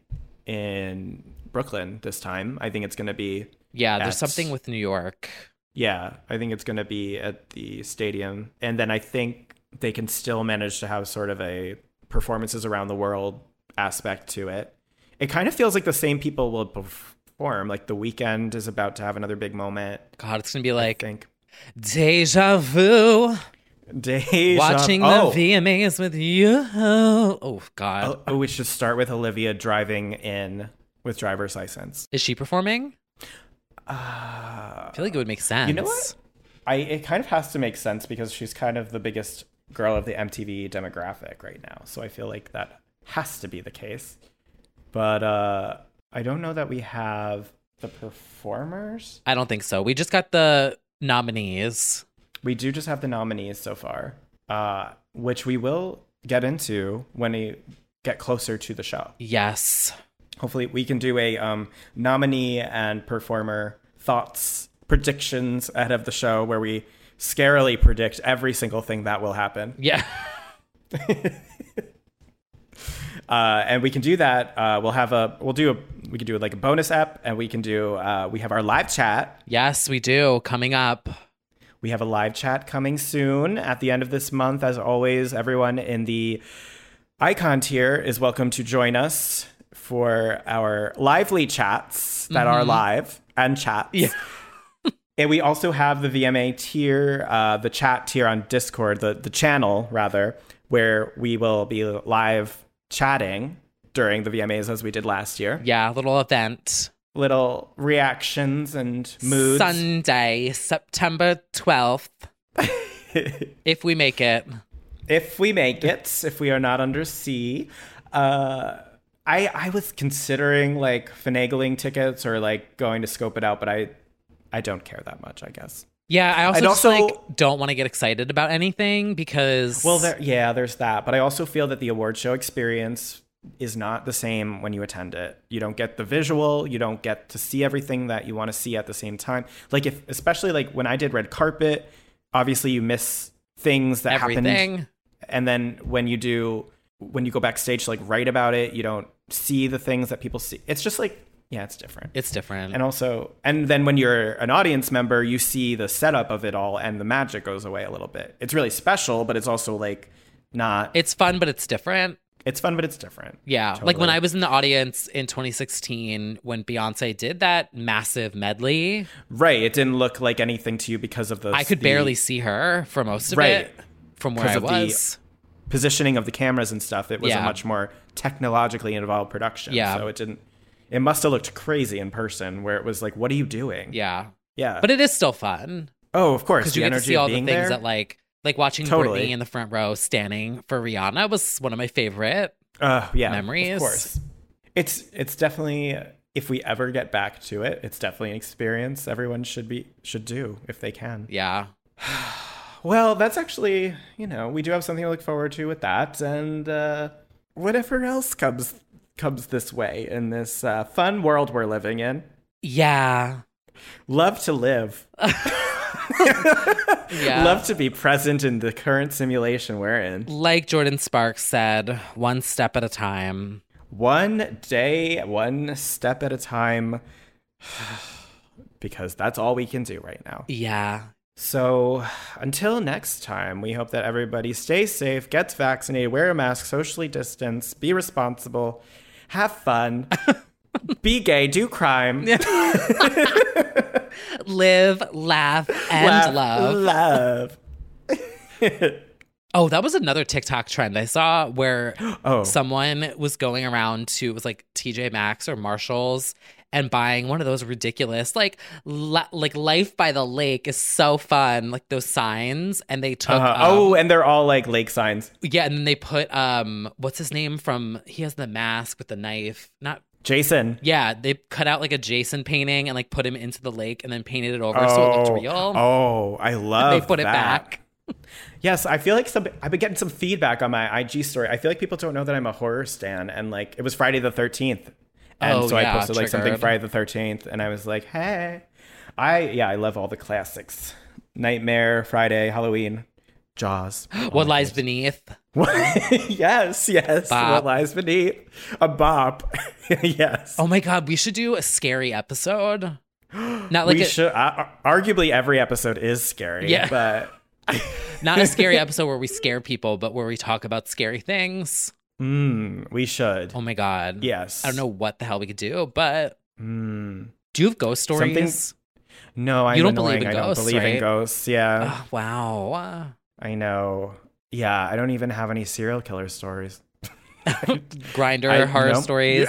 in Brooklyn this time. I think it's going to be
Yeah, there's
That's-
something with New York.
yeah, I think it's going to be at the stadium. And then I think they can still manage to have sort of a performances around the world aspect to it. It kind of feels like the same people will perform. Like the weekend is about to have another big moment.
God, it's gonna be
I
like
think
deja vu.
Deja-
Watching
Oh.
the VMAs with you. Oh God,
Oh, we should start with Olivia driving in with driver's license.
is she performing? I feel like it would make sense.
Uh, You know what? I it kind of has to make sense because she's kind of the biggest girl of the MTV demographic right now. So I feel like that has to be the case. But uh I don't know that we have the performers.
I don't think so. We just got the nominees.
We do just have the nominees so far, uh, which we will get into when we get closer to the show.
Yes.
hopefully we can do a um, nominee and performer thoughts predictions ahead of the show where we scarily predict every single thing that will happen
Yeah.
uh, and we can do that uh, we'll have a we'll do a We could do like a bonus app, and we can do. Uh, we have our live chat.
Yes, we do. Coming up.
We have a live chat coming soon at the end of this month. As always, everyone in the icon tier is welcome to join us for our lively chats that are live and chats. and we also have the VMA tier, uh, the chat tier on Discord, the, the channel rather, where we will be live chatting during the VMAs as we did last year.
Yeah, little event.
Little reactions and moods.
Sunday, September 12th. if we make it.
if we make it, if we are not under sea. Uh, I I was considering like finagling tickets or like going to scope it out, but I I don't care that much, I guess.
Yeah, I also,
I'd
just,
also-
like, don't want to get excited about anything because
Well, there yeah, there's that, but I also feel that the award show experience is not the same when you attend it. You don't get the visual, you don't get to see everything that you want to see at the same time. Like if especially like when I did red carpet, obviously you miss things that happened
everything.
and then when you do when you go backstage to like write about it you don't see the things that people see it's just like yeah it's different
It's different.
and also and then when you're an audience member you see the setup of it all and the magic goes away a little bit it's really special but it's also like not
it's fun, but it's different.
it's fun but it's different
Yeah. Like when
Totally.
I was in the audience in 2016 when Beyonce did that massive medley,
right it didn't look like anything to you because of the
I could
the
barely see her for most of
Right.
it from where
'Cause
I
of the-
was.
positioning of the cameras and stuff it was a
Yeah.
much more technologically involved production
Yeah.
so it didn't it must have looked crazy in person where it was like what are you doing
yeah.
yeah
But it is still fun
Oh, of course.
because
The
you get to
energy
see
of
all the
being
things
there.
that like like watching
Totally.
Britney in the front row standing for Rihanna was one of my favorite.
uh, yeah,
memories.
Of course, it's it's definitely if we ever get back to it, it's definitely an experience everyone should be should do if they can.
Yeah.
Well, that's actually you know we do have something to look forward to with that, and uh, whatever else comes comes this way in this uh, fun world we're living in.
Yeah.
Love to live.
Yeah.
Love to be present in the current simulation we're in.
like Jordan Sparks said, one step at a time.
One day, one step at a time, because that's all we can do right now.
Yeah.
So, until next time, we hope that everybody stays safe, gets vaccinated, wear a mask, socially distance, be responsible, have fun, be gay, do crime,
Live, laugh, and
laugh,
love.
love.
Oh, that was another TikTok trend I saw where
Oh.
someone was going around to it was like TJ Maxx or Marshalls and buying one of those ridiculous like li- like life by the lake is so fun like those signs and they took
Uh,
um,
oh, and they're all like lake signs.
yeah and then they put um what's his name from he has the mask with the knife not
Jason.
yeah they cut out like a Jason painting and like put him into the lake and then painted it over so it looked real
oh, I love.
they put it
that.
back
Yes, I feel like some. I've been getting some feedback on my IG story. I feel like people don't know that I'm a horror stan, and like it was Friday the Thirteenth, and
Oh,
so I
yeah,
posted like something
triggered.
Friday the Thirteenth, and I was like, hey, I yeah, I love all the classics: Nightmare, Friday, Halloween, Jaws.
what lies beneath
yes, yes.
Bop.
What lies beneath? A bop. yes.
Oh my god, we should do a scary episode. Not like
we
a,
should. Uh, arguably, every episode is scary.
Yeah.
But
not a scary episode where we scare people, but where we talk about scary things.
mm, we should.
Oh my god.
Yes. Hmm.
I don't know what the hell we could do, but do you have ghost
Something-
stories?
No, I'm
You don't
annoying.
believe in
I
ghosts,
don't believe in
right?
ghosts. Yeah.
Ah, wow.
I know. Yeah, I don't even have any serial killer stories.
Grinder
I-
horror
nope.
stories.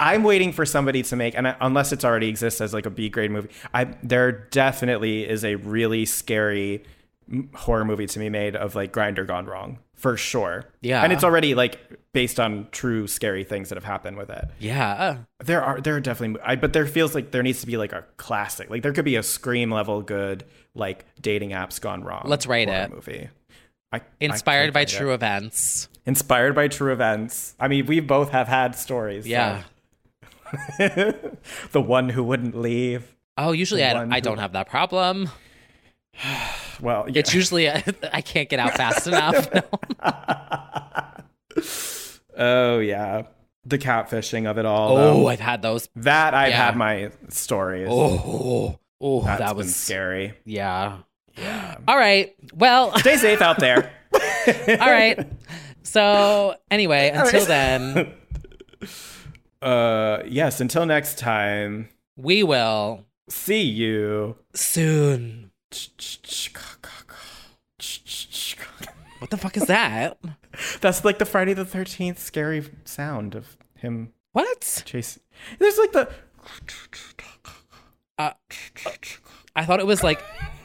I'm waiting for somebody to make, and I, unless it's already exists as like a B grade movie, I there definitely is a really scary m- horror movie to be made of like Grinder gone wrong for sure.
Yeah.
and it's already like based on true scary things that have happened with it.
Yeah.
There are there are definitely, I, but there feels like there needs to be like a classic. Like there could be a scream level good like dating apps gone wrong.
Let's write
horror
it.
movie. I- I
Inspired
can't
by
write it.
true events.
inspired by true events. I mean, we both have had stories. so.
Yeah.
the one who wouldn't leave.
Oh, usually I,
One
I
who-
don't have that problem.
Well, yeah.
It's usually I, can't get out fast enough. No.
oh yeah. the catfishing of it all.
Oh,
though.
I've had those.
that I've
yeah.
had my stories.
Oh, oh,
That's
that
been
was
scary.
Yeah. Yeah. All right. Well.
Stay safe out there.
All right. So anyway, until then,
Uh, yes. Until next time.
we will
See you.
soon. What the fuck is that?
That's like the Friday the Thirteenth scary sound of him
What?
chasing. There's like the uh,
I thought it was like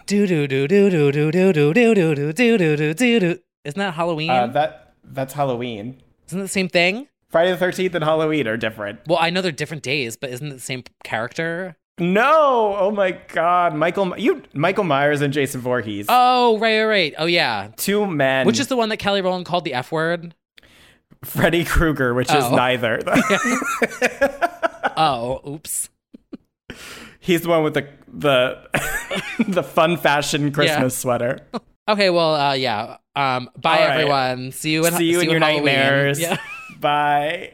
do do do do do do do do do do do do do do do do. Isn't that Halloween?
uh, that. That's Halloween.
isn't it the same thing?
Friday the Thirteenth and Halloween are different.
Well, I know they're different days, but isn't it the same character?
No. Oh my God, Michael. You Michael Myers and Jason Voorhees.
Oh, right, right, right. Oh, yeah.
Two men.
Which is the one that Kelly Rowland called the F word?
Freddy Krueger, which is
Oh.
neither.
Oh, oops.
He's the one with the the the fun fashion Christmas sweater.
Okay, well, uh, yeah. Um, bye,
All right.
everyone. See you in
see you in your
Halloween.
nightmares.
Yeah.
Bye.